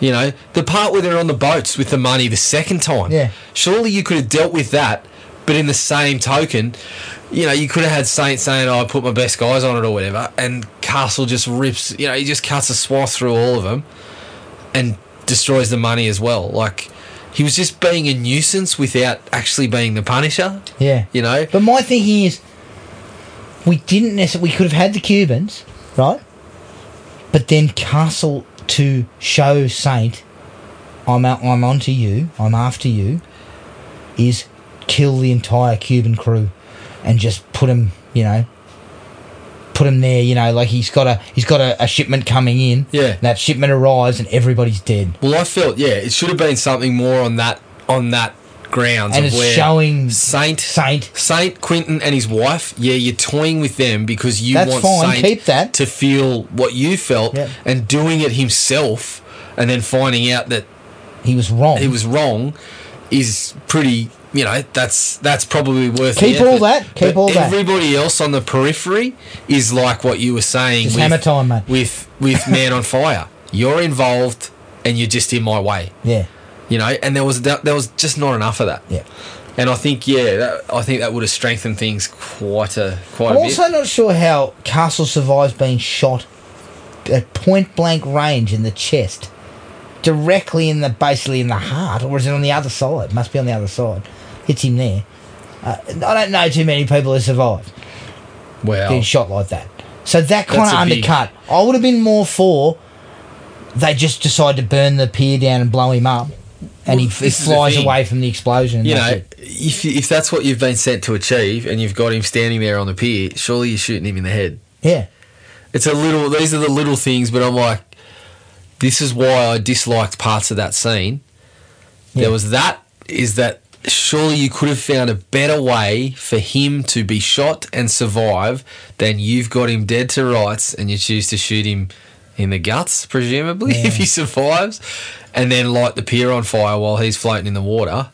You know, the part where they're on the boats with the money the second time.
Yeah.
Surely you could have dealt with that, but in the same token, you know, you could have had Saint saying, oh, I put my best guys on it or whatever, and Castle just rips, you know, he just cuts a swath through all of them and destroys the money as well. Like, he was just being a nuisance without actually being the Punisher,
Yeah,
you know?
but my thinking is, we didn't necessarily. We could have had the Cubans, right? But then Castle to show Saint, I'm out, I'm onto you. I'm after you. Is kill the entire Cuban crew, and just put them, you know, put them there. You know, like he's got a he's got a, a shipment coming in.
Yeah.
that shipment arrives and everybody's dead.
Well, I felt, yeah, it should have been something more on that, on that grounds
And
of
it's
where
showing
Saint
Saint.
Saint Quentin and his wife, yeah, you're toying with them because you
That's
want
fine,
Saint
keep that.
to feel what you felt
Yeah.
and doing it himself and then finding out that
He was wrong.
he was wrong is pretty you know, that's that's probably worth
Keep
the
all
effort.
that, keep
But
all that.
Everybody else on the periphery is like what you were saying
Just
with,
hammer time, mate.
with with Man on Fire. You're involved and you're just in my way
Yeah.
you know and there was that, there was just not enough of that
Yeah.
and i think yeah that, i think that would have strengthened things quite a quite
I'm
a
also
bit
not sure how Castle survives being shot at point blank range in the chest, directly in the basically in the heart, or is it on the other side? Must be on the other side. Hits him there. Uh, I don't know too many people who survive
well
being shot like that. So that kind
Oh. That's
of
a big-
undercut. I would have been more for they just decide to burn the pier down and blow him up, and he,
Well,
he
this is the
flies
thing.
away from the explosion. and
you
that's
know
it.
if, you- if that's what you've been sent to achieve and you've got him standing there on the pier surely you're shooting him in the head
yeah.
it's a little these are the little things but i'm like this is why i disliked parts of that scene
Yeah.
there was that is that surely you could have found a better way for him to be shot and survive than you've got him dead to rights and you choose to shoot him in the guts presumably if he survives and then light the pier on fire while he's floating in the water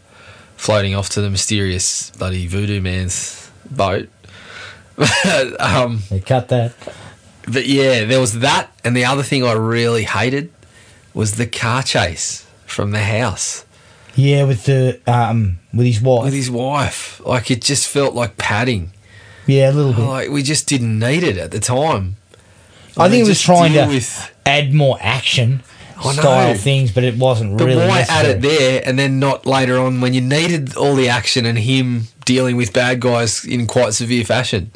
floating off to the mysterious bloody voodoo man's boat um
They cut that.
but yeah, there was that, and the other thing I really hated was the car chase from the house
Yeah, with the um with his wife.
with his wife. Like it just felt like padding.
Yeah, a little bit.
Like we just didn't need it at the time.
I think
And they
it was
just
trying
deal
to add more action
I know.
style things, but it wasn't
But
really.
why
necessary.
add it there and then not later on when you needed all the action and him dealing with bad guys in quite severe fashion?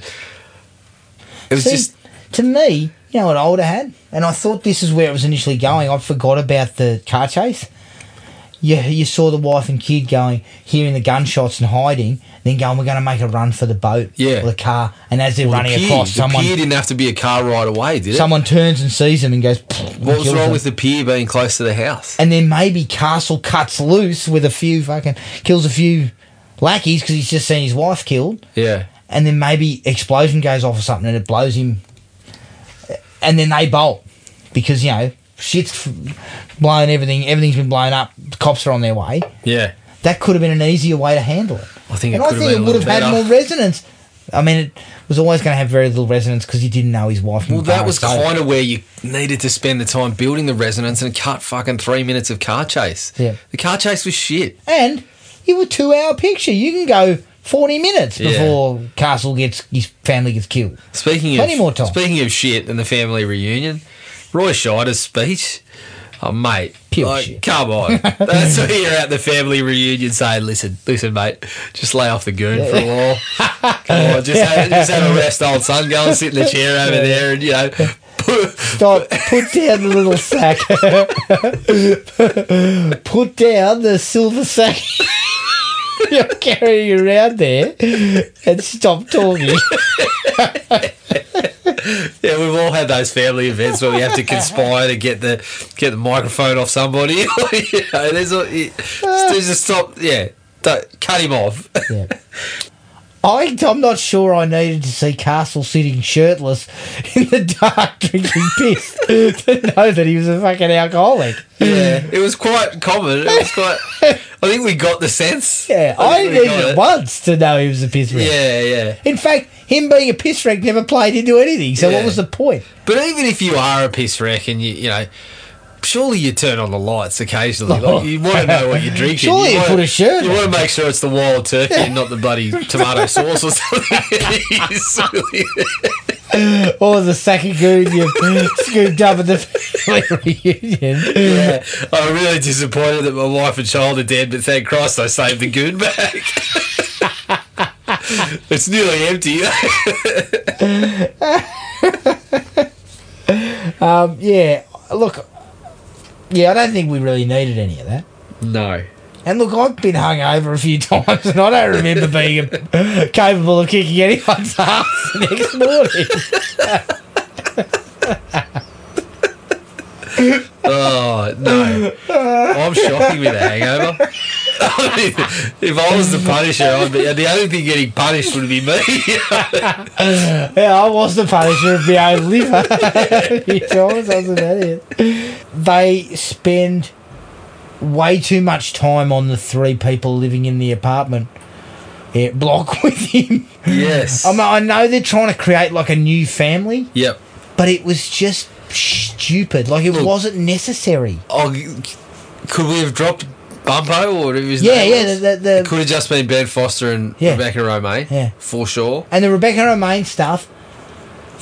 It was
See,
just
to me, you know what I would have had, and I thought this is where it was initially going. I forgot about the car chase. You, you saw the wife and kid going, hearing the gunshots and hiding, then going, "We're going to make a run for the boat,
Yeah.
or the car." And as they're
well,
running
the pier,
across,
the
someone
pier didn't have to be a car right away, did it?
someone turns and sees them and goes, "Pfft," and
What was
kills
wrong
them.
with the pier being close to the house?
And then maybe Castle cuts loose with a few fucking kills a few lackeys because he's just seen his wife killed.
Yeah.
and then maybe explosion goes off or something and it blows him and then they bolt because you know shit's f- blown everything everything's been blown up the cops are on their way
Yeah.
that could have been an easier way to handle it
I think it
and i
could have
think it
been a
would
little
have had
better.
more resonance i mean it was always going to have very little resonance because you didn't know his wife
Well, that was kind of where you needed to spend the time building the resonance and cut fucking three minutes of car chase.
Yeah.
The car chase was shit.
and you were two hour picture you can go 40 minutes
Yeah.
before castle gets his family gets killed
Speaking
Plenty
of
more time.
speaking of shit and the family reunion, Roy Scheider's speech. Oh mate,
Pure
like, come on! That's what you're at the family reunion saying. Listen, listen, mate, just lay off the goon for a while. Come on, just have, just have a rest, old son. Go and sit in the chair over there, and you know,
Stop. Put down the little sack. Put down the silver sack you're carrying around there and stop talking.
yeah, we've all had those family events where we have to conspire to get the get the microphone off somebody. you know, there's a it- there's a stop. Yeah, don't, cut him off.
Yeah. I, I'm not sure I needed to see Castle sitting shirtless in the dark drinking piss to know that he was a fucking alcoholic.
Yeah, it was quite common. It was quite. I think we got the sense.
Yeah, I,
think we
needed
got
it once to know he was a piss wreck.
Yeah, yeah.
In fact, him being a piss wreck never played into anything, so
Yeah.
what was the point?
But even if you are a piss wreck and you, you know, surely you turn on the lights occasionally. Like, you want to know what you're drinking.
Surely you
want
put a shirt
You
on.
want to make sure it's the wild turkey and not the bloody tomato sauce or something. It's really-
or the sack of goon you scooped up at the family reunion.
yeah, I'm really disappointed that my wife and child are dead, but thank Christ I saved the goon bag. it's nearly empty.
Um, yeah, look, yeah, I don't think we really needed any of that.
no.
And look, I've been hung over a few times, and I don't remember being capable of kicking anyone's ass the next morning.
Oh no! I'm shocking with a hangover. I mean, if I was the punisher, I'd be, the only thing getting punished would be me.
yeah, I was the punisher of my own liver. you know, I was an idiot. They spend way too much time on the three people living in the apartment yeah, block with him.
yes.
I mean, I know they're trying to create like a new family,
yep.
but it was just stupid. Like it wasn't necessary.
Oh, could we have dropped Bumpo or whatever his
Yeah,
name
yeah,
was?
the- the-
it could have just been Ben Foster and
Yeah.
Rebecca Romay.
Yeah.
For sure.
And the Rebecca Romaine stuff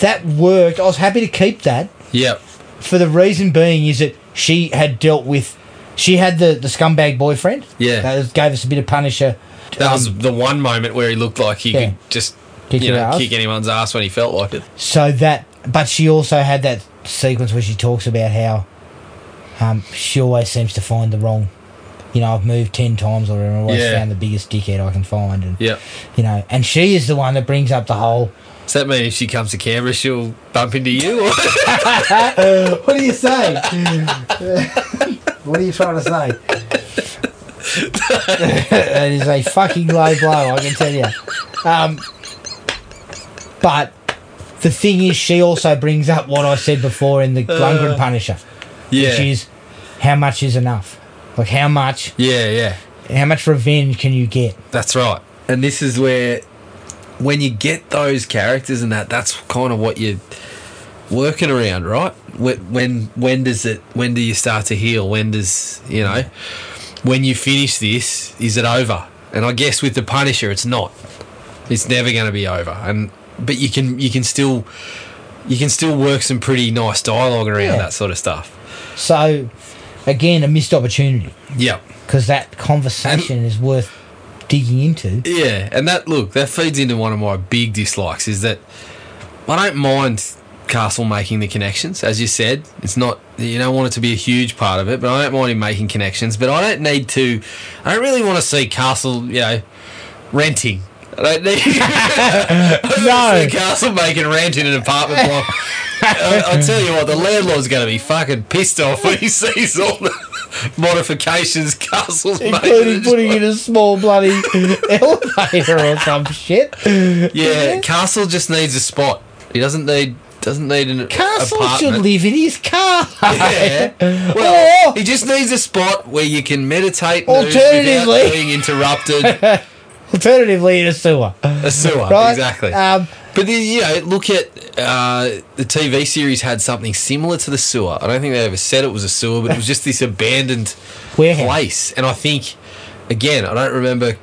that worked. I was happy to keep that.
Yep.
for the reason being is that she had dealt with she had the, the scumbag boyfriend
Yeah.
that was- gave us a bit of punisher
That was the one moment where he looked like he
Um, yeah.
could just
Kick
you
your
know
ass.
kick anyone's ass when he felt like it.
so that but she also had that sequence where she talks about how um, she always seems to find the wrong you know i've moved 10 times or whatever, i always
Yeah.
found the biggest dickhead i can find and
Yep.
you know and she is the one that brings up the whole
Does that mean if she comes to Canberra, she'll bump into you? Or?
what do you say what are you trying to say that is a fucking low blow, I can tell you. Um, but the thing is, she also brings up what I said before in the Lundgren Punisher,
yeah.
which is how much is enough? Like how much?
yeah. Yeah.
How much revenge can you get?
That's right. And this is where, when you get those characters and that, that's kind of what you're working around, right? When when, when does it? When do you start to heal? When does you know? When you finish this, is it over? And I guess with the Punisher, it's not. It's never going to be over. And but you can you can still you can still work some pretty nice dialogue around
Yeah.
that sort of stuff.
So, again, a missed opportunity
Yeah,
because that conversation is worth digging into.
yeah, and that look that feeds into one of my big dislikes is that I don't mind Castle making the connections, as you said. It's not you don't want it to be a huge part of it, but I don't mind him making connections. But I don't need to. I don't really want to see Castle, you know, renting. I don't need. I don't wanna see Castle making rent in an apartment block. I, I tell you what, the landlord's going to be fucking pissed off when he sees all the modifications Castle's making.
Including putting in a small bloody elevator or some shit.
Yeah, Castle just needs a spot. He doesn't need doesn't need an
Castle
apartment.
should Oh! live in his car.
Yeah. Well, he just needs a spot where you can meditate. and move
Alternatively-
without being interrupted.
Alternatively, in a sewer.
A sewer,
Right?
exactly.
Um,
but then, you know, look at uh, the TV series had something similar to the sewer. I don't think they ever said it was a sewer, but it was just this abandoned
Warehouse.
place. And I think, again, I don't remember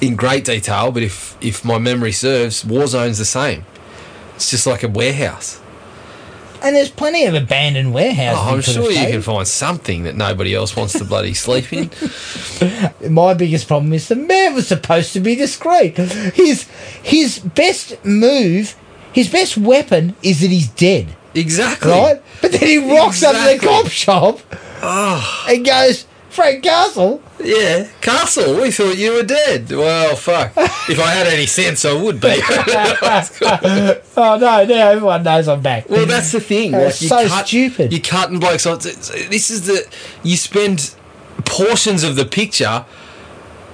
in great detail, but if if my memory serves, Warzone's the same. It's just like a warehouse.
And there's plenty of abandoned warehouses.
Oh, I'm
you could
sure
have
you
stayed.
can find something that nobody else wants to bloody sleep in.
My biggest problem is the man was supposed to be discreet. His his best move, his best weapon is that he's dead.
Exactly.
Right? But then he rocks up to
Exactly.
the cop shop and goes, Frank Castle.
Yeah, Castle, we thought you were dead. Well, fuck. If I had any sense, I would be.
oh no, now everyone knows I'm back.
well, that's the thing.
That was so
stupid. You're cutting blokes on. This is the. You spend portions of the picture.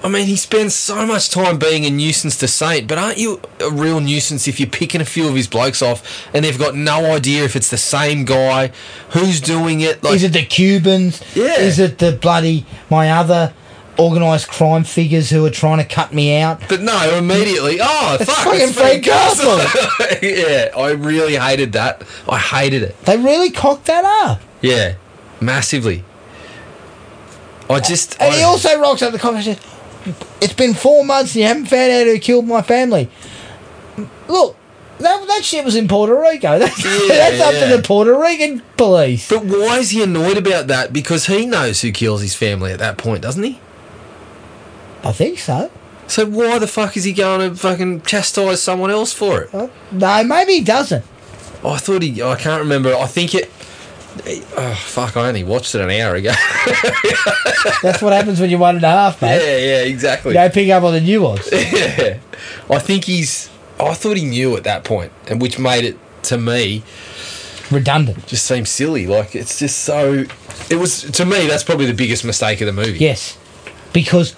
I mean, he spends so much time being a nuisance to Saint, but aren't you a real nuisance if you're picking a few of his blokes off and they've got no idea if it's the same guy, who's doing it? Like,
is it the Cubans?
Yeah.
Is it the bloody my other organised crime figures who are trying to cut me out?
But no, immediately. Oh,
It's
fuck!
fucking Frank Castle.
yeah, I really hated that. I hated it.
They really cocked that up.
Yeah, massively. I just.
And
I,
he also rocks up the cop and says, It's been four months and you haven't found out who killed my family. Look, that, that shit was in Puerto Rico. That's, that's up
yeah.
to the Puerto Rican police.
but why is he annoyed about that? Because he knows who kills his family at that point, doesn't he?
I think so.
So why the fuck is he going to fucking chastise someone else for it?
No, maybe he doesn't.
I thought he. I can't remember. I think it. Oh fuck! I only watched it an hour ago.
That's what happens when you're one and a half,
yeah,
mate.
yeah, exactly.
You don't pick up on the nuance.
yeah. I think he's. I thought he knew at that point, and which made it to me
Redundant.
just seem silly. Like it's just so. It was to me. That's probably the biggest mistake of the movie.
Yes, because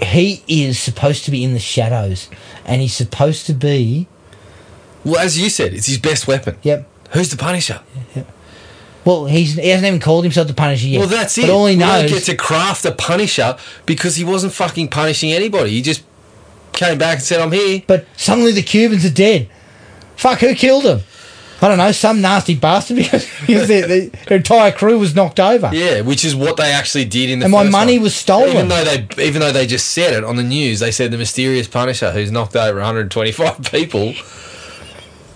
he is supposed to be in the shadows, and he's supposed to be.
Well, as you said, it's his best weapon.
Yep.
Who's the Punisher?
Well, he's he hasn't even called himself the Punisher yet.
Well, that's it.
But all he
We don't
knows,
get to craft a Punisher because he wasn't fucking punishing anybody. He just came back and said, "I'm here."
but suddenly the Cubans are dead. Fuck, who killed them? I don't know, some nasty bastard because, because their, their entire crew was knocked over.
Yeah, which is what they actually did in the.
And my
first
money
one.
was stolen.
Even though they, even though they just said it on the news, they said the mysterious Punisher who's knocked over 125 people.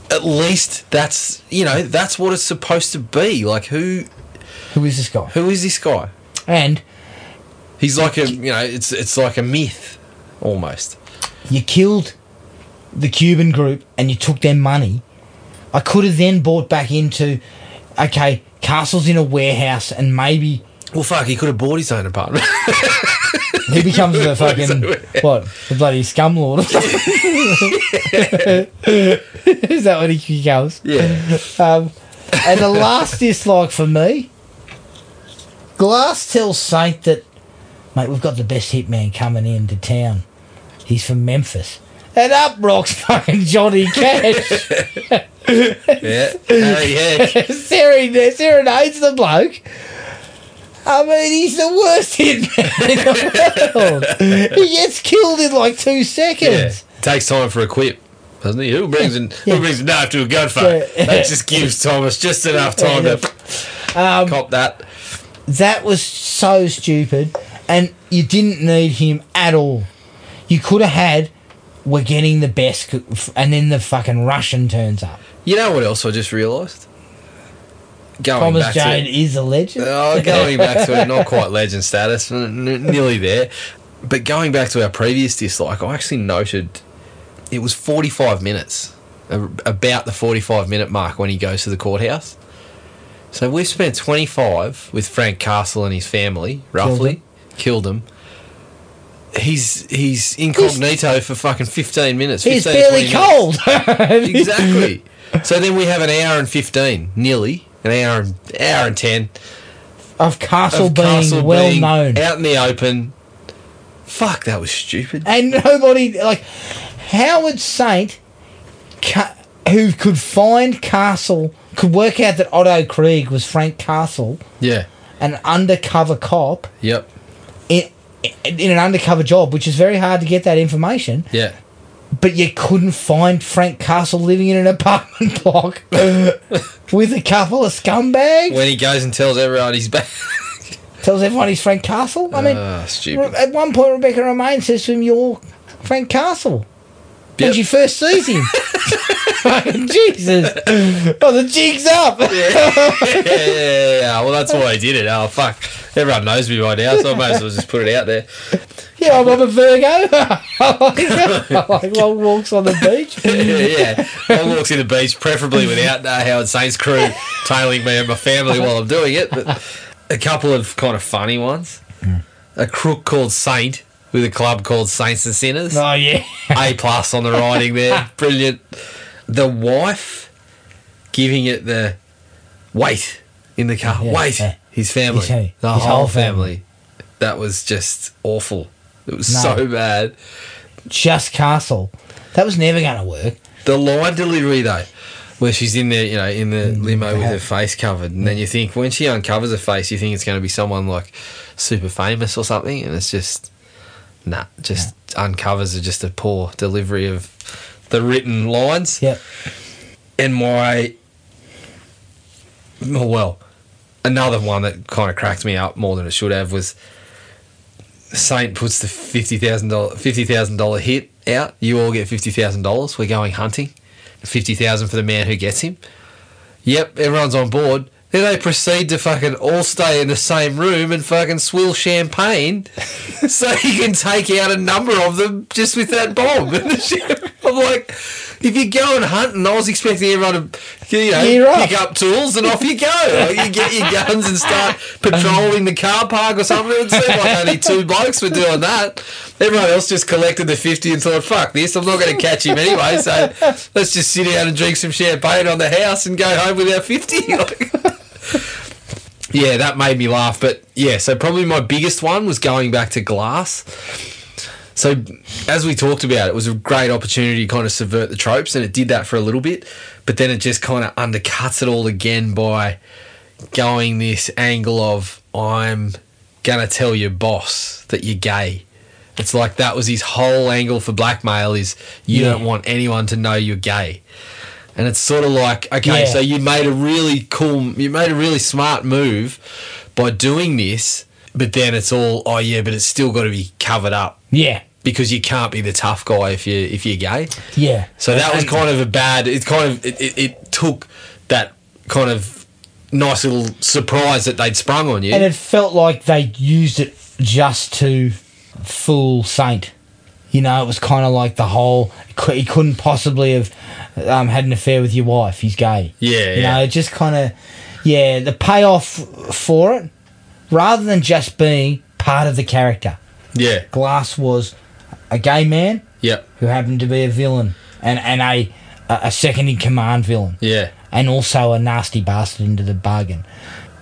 At least that's you know that's what it's supposed to be. Like who
Who is this guy?
who is this guy?
And
He's like a you know it's it's like a myth almost.
you killed the Cuban group and you took their money. I could have then bought back into, okay, Castle's in a warehouse and maybe
Well, fuck, he could have bought his own apartment.
He becomes the fucking what? The bloody scum lord or something. Is that what he becomes?
Yeah.
Um, and the last dislike for me, Glass tells Saint that, mate, we've got the best hitman coming into town. He's from Memphis. And up rocks fucking Johnny Cash.
yeah, Harry Heck.
Serenade, serenades the bloke. I mean, he's the worst hitman in the world. He gets killed in like two
Yeah,
seconds.
takes time for a quip, doesn't he? Who brings an, who brings a knife to a gunfight?
Yeah.
That just gives Thomas just enough time to
Um,
cop that.
That was so stupid, and you didn't need him at all. You could have had we're getting the best, c- f- and then the fucking Russian turns up.
You know what else I just realised? Going
Thomas
back to-
Jane is a legend.
Oh, going back to it, not quite legend status, n- n- nearly there. But going back to our previous dislike, I actually noted it was 45 minutes, a- about the 45 minute mark when he goes to the courthouse. So we've spent 25 with Frank Castle and his family, roughly. Killed him. He's he's incognito for fucking 15 minutes.
He's
15,
barely
20 minutes.
cold.
exactly. So then we have an hour and 15, nearly. An hour and, hour and 10
Of Castle
of
being
Castle
well
being
known.
out in the open. Fuck, that was stupid.
And nobody, like, Howard Saint, ca- who could find Castle, could work out that Otto Krieg was Frank Castle,
Yeah.
an undercover cop,
Yep.
in, in an undercover job, which is very hard to get that information.
Yeah.
But you couldn't find Frank Castle living in an apartment block with a couple of scumbags.
When he goes and tells everyone he's back.
Tells everyone he's Frank Castle. I mean,
Ah, stupid.
Re- At one point, Rebecca Romaine says to him, "You're Frank Castle," when
Yep.
she first sees him. Fucking Jesus! Oh, the jig's up.
yeah, yeah, yeah, yeah. Well, that's why he did it. Oh, fuck. Everyone knows me by now, so I may as well just put it out there.
yeah, I'm, I'm a Virgo. I like- I like long walks on the beach.
yeah, yeah. Long walks in the beach, preferably without uh, Howard Saint's crew tailing me and my family while I'm doing it. But a couple of kind of funny ones. A crook called Saint with a club called Saints and Sinners.
Oh yeah.
A plus on the writing there. Brilliant. The wife giving it the wait in the car.
Yeah,
wait.
yeah.
His family.
His family.
the
His
whole,
whole
family. That was just awful. It was
No.
so bad.
Just Castle. That was never going to work.
The line delivery though, where she's in there, you know, in the limo with her face covered, and then you think when she uncovers her face, you think it's going to be someone like super famous or something, and it's just nah, just uncovers are just a poor delivery of the written lines.
Yep.
And my oh, well, another one that kind of cracked me up more than it should have was Saint puts the fifty thousand dollar fifty thousand dollar hit out. You all get fifty thousand dollars. We're going hunting. Fifty thousand for the man who gets him. Yep, everyone's on board. Then they proceed to fucking all stay in the same room and fucking swill champagne, so you can take out a number of them just with that bomb. And the shit, I'm like, if you go and hunt, and I was expecting everyone to, you know,
Gear up.
pick up tools and off you go. Like, you get your guns and start patrolling the car park or something. It seemed like only two blokes were doing that. Everyone else just collected the 50 and thought, fuck this, I'm not going to catch him anyway. So let's just sit down and drink some champagne on the house and go home with our 50. Like- yeah, that made me laugh. But yeah, so probably my biggest one was going back to glass. So, as we talked about, it was a great opportunity to kind of subvert the tropes, and it did that for a little bit, but then it just kind of undercuts it all again by going this angle of, I'm going to tell your boss that you're gay. It's like that was his whole angle for blackmail is you
Yeah.
don't want anyone to know you're gay. And it's sort of like, okay,
Yeah.
so you made a really cool, you made a really smart move by doing this, but then it's all, oh yeah, but it's still got to be covered up
Yeah.
because you can't be the tough guy if you if you're gay.
Yeah.
So that was kind of a bad. It kind of it, it, it took that kind of nice little surprise that they'd sprung on you.
And it felt like they used it just to fool Saint. You know, it was kind of like the whole cou- he couldn't possibly have um, had an affair with your wife. He's gay.
Yeah,
You know,
yeah.
it just kind of yeah. The payoff for it, rather than just being part of the character,
yeah.
Glass was a gay man
Yep.
who happened to be a villain and and a a a second in command villain
Yeah.
and also a nasty bastard into the bargain.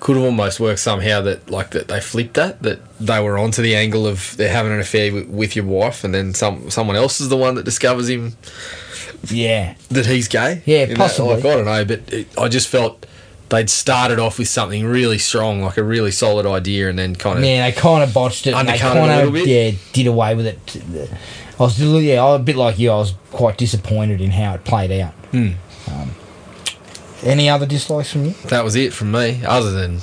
Could have almost worked somehow that like that they flipped that that they were onto the angle of they're having an affair with, with your wife, and then some someone else is the one that discovers him
Yeah.
that he's gay.
Yeah,
In that-
possibly.
like, I don't know, but it, I just felt they'd started off with something really strong, like a really solid idea, and then kind of
Yeah, they kind of botched it. and they
Undercut it a
kind of,
little bit?
Yeah, did away with it. I was, a little- yeah, I was a bit like you. I was quite disappointed in how it played out.
Hmm.
Um, any other dislikes from you?
that was it from me, other than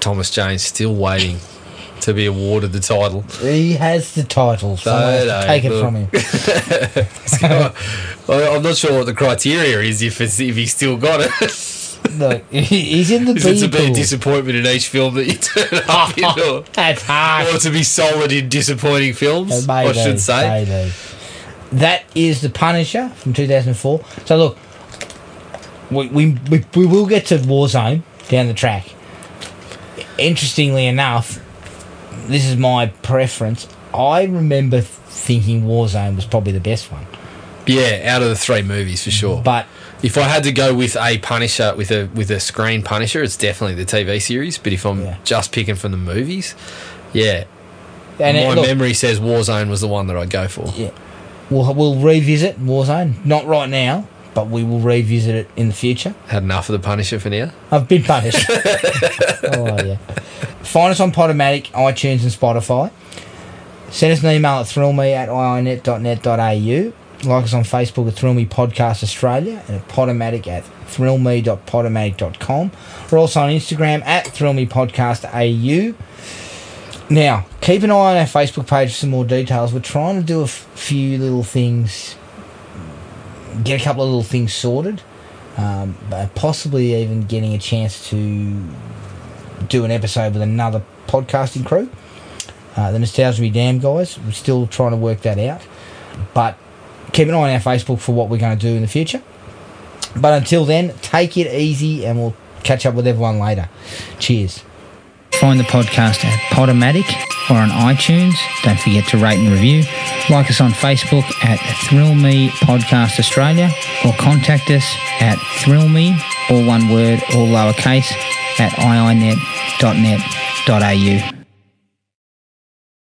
Thomas Jane still waiting to be awarded the title.
He has the title. So no,
No, no,
take it
look.
from him.
Well, I'm not sure what the criteria is if it's if he's still got it.
No, he's in the
Because it's a
B
bit of
pool.
disappointment in each film that you turn up. You know.
That's hard.
Or to be solid in disappointing films,
Uh,
I should
maybe,
say.
maybe. That is the Punisher from 2004. So look, we we, we, we will get to Warzone down the track. Interestingly enough, this is my preference. I remember thinking Warzone was probably the best one.
Yeah, out of the three movies for sure.
But
if I had to go with a Punisher with a with a screen Punisher, it's definitely the TV series. But if I'm just picking from the movies, yeah,
And it-
my
look-
memory says Warzone was the one that I'd go for.
Yeah, We'll, we'll revisit Warzone. Not right now, but we will revisit it in the future.
had enough of the Punisher for now.
I've been punished. oh, yeah. Find us on Podomatic, iTunes, and Spotify. Send us an email at thrillme at E iinet.net.au. Like us on Facebook at Thrill Me Podcast Australia and at Podomatic at thrillme.podomatic.com. We're also on Instagram at thrillme podcast au. Now, keep an eye on our Facebook page for some more details. We're trying to do a f- few little things, get a couple of little things sorted, um, but possibly even getting a chance to do an episode with another podcasting crew. Uh, the Nostalgia Be Damn guys, we're still trying to work that out. But keep an eye on our Facebook for what we're going to do in the future. But until then, take it easy and we'll catch up with everyone later. Cheers. Find the podcast at Podomatic or on iTunes. Don't forget to rate and review. Like us on Facebook at Thrill Me Podcast Australia or contact us at Thrill Me, all one word, all lowercase, at iinet.net.au.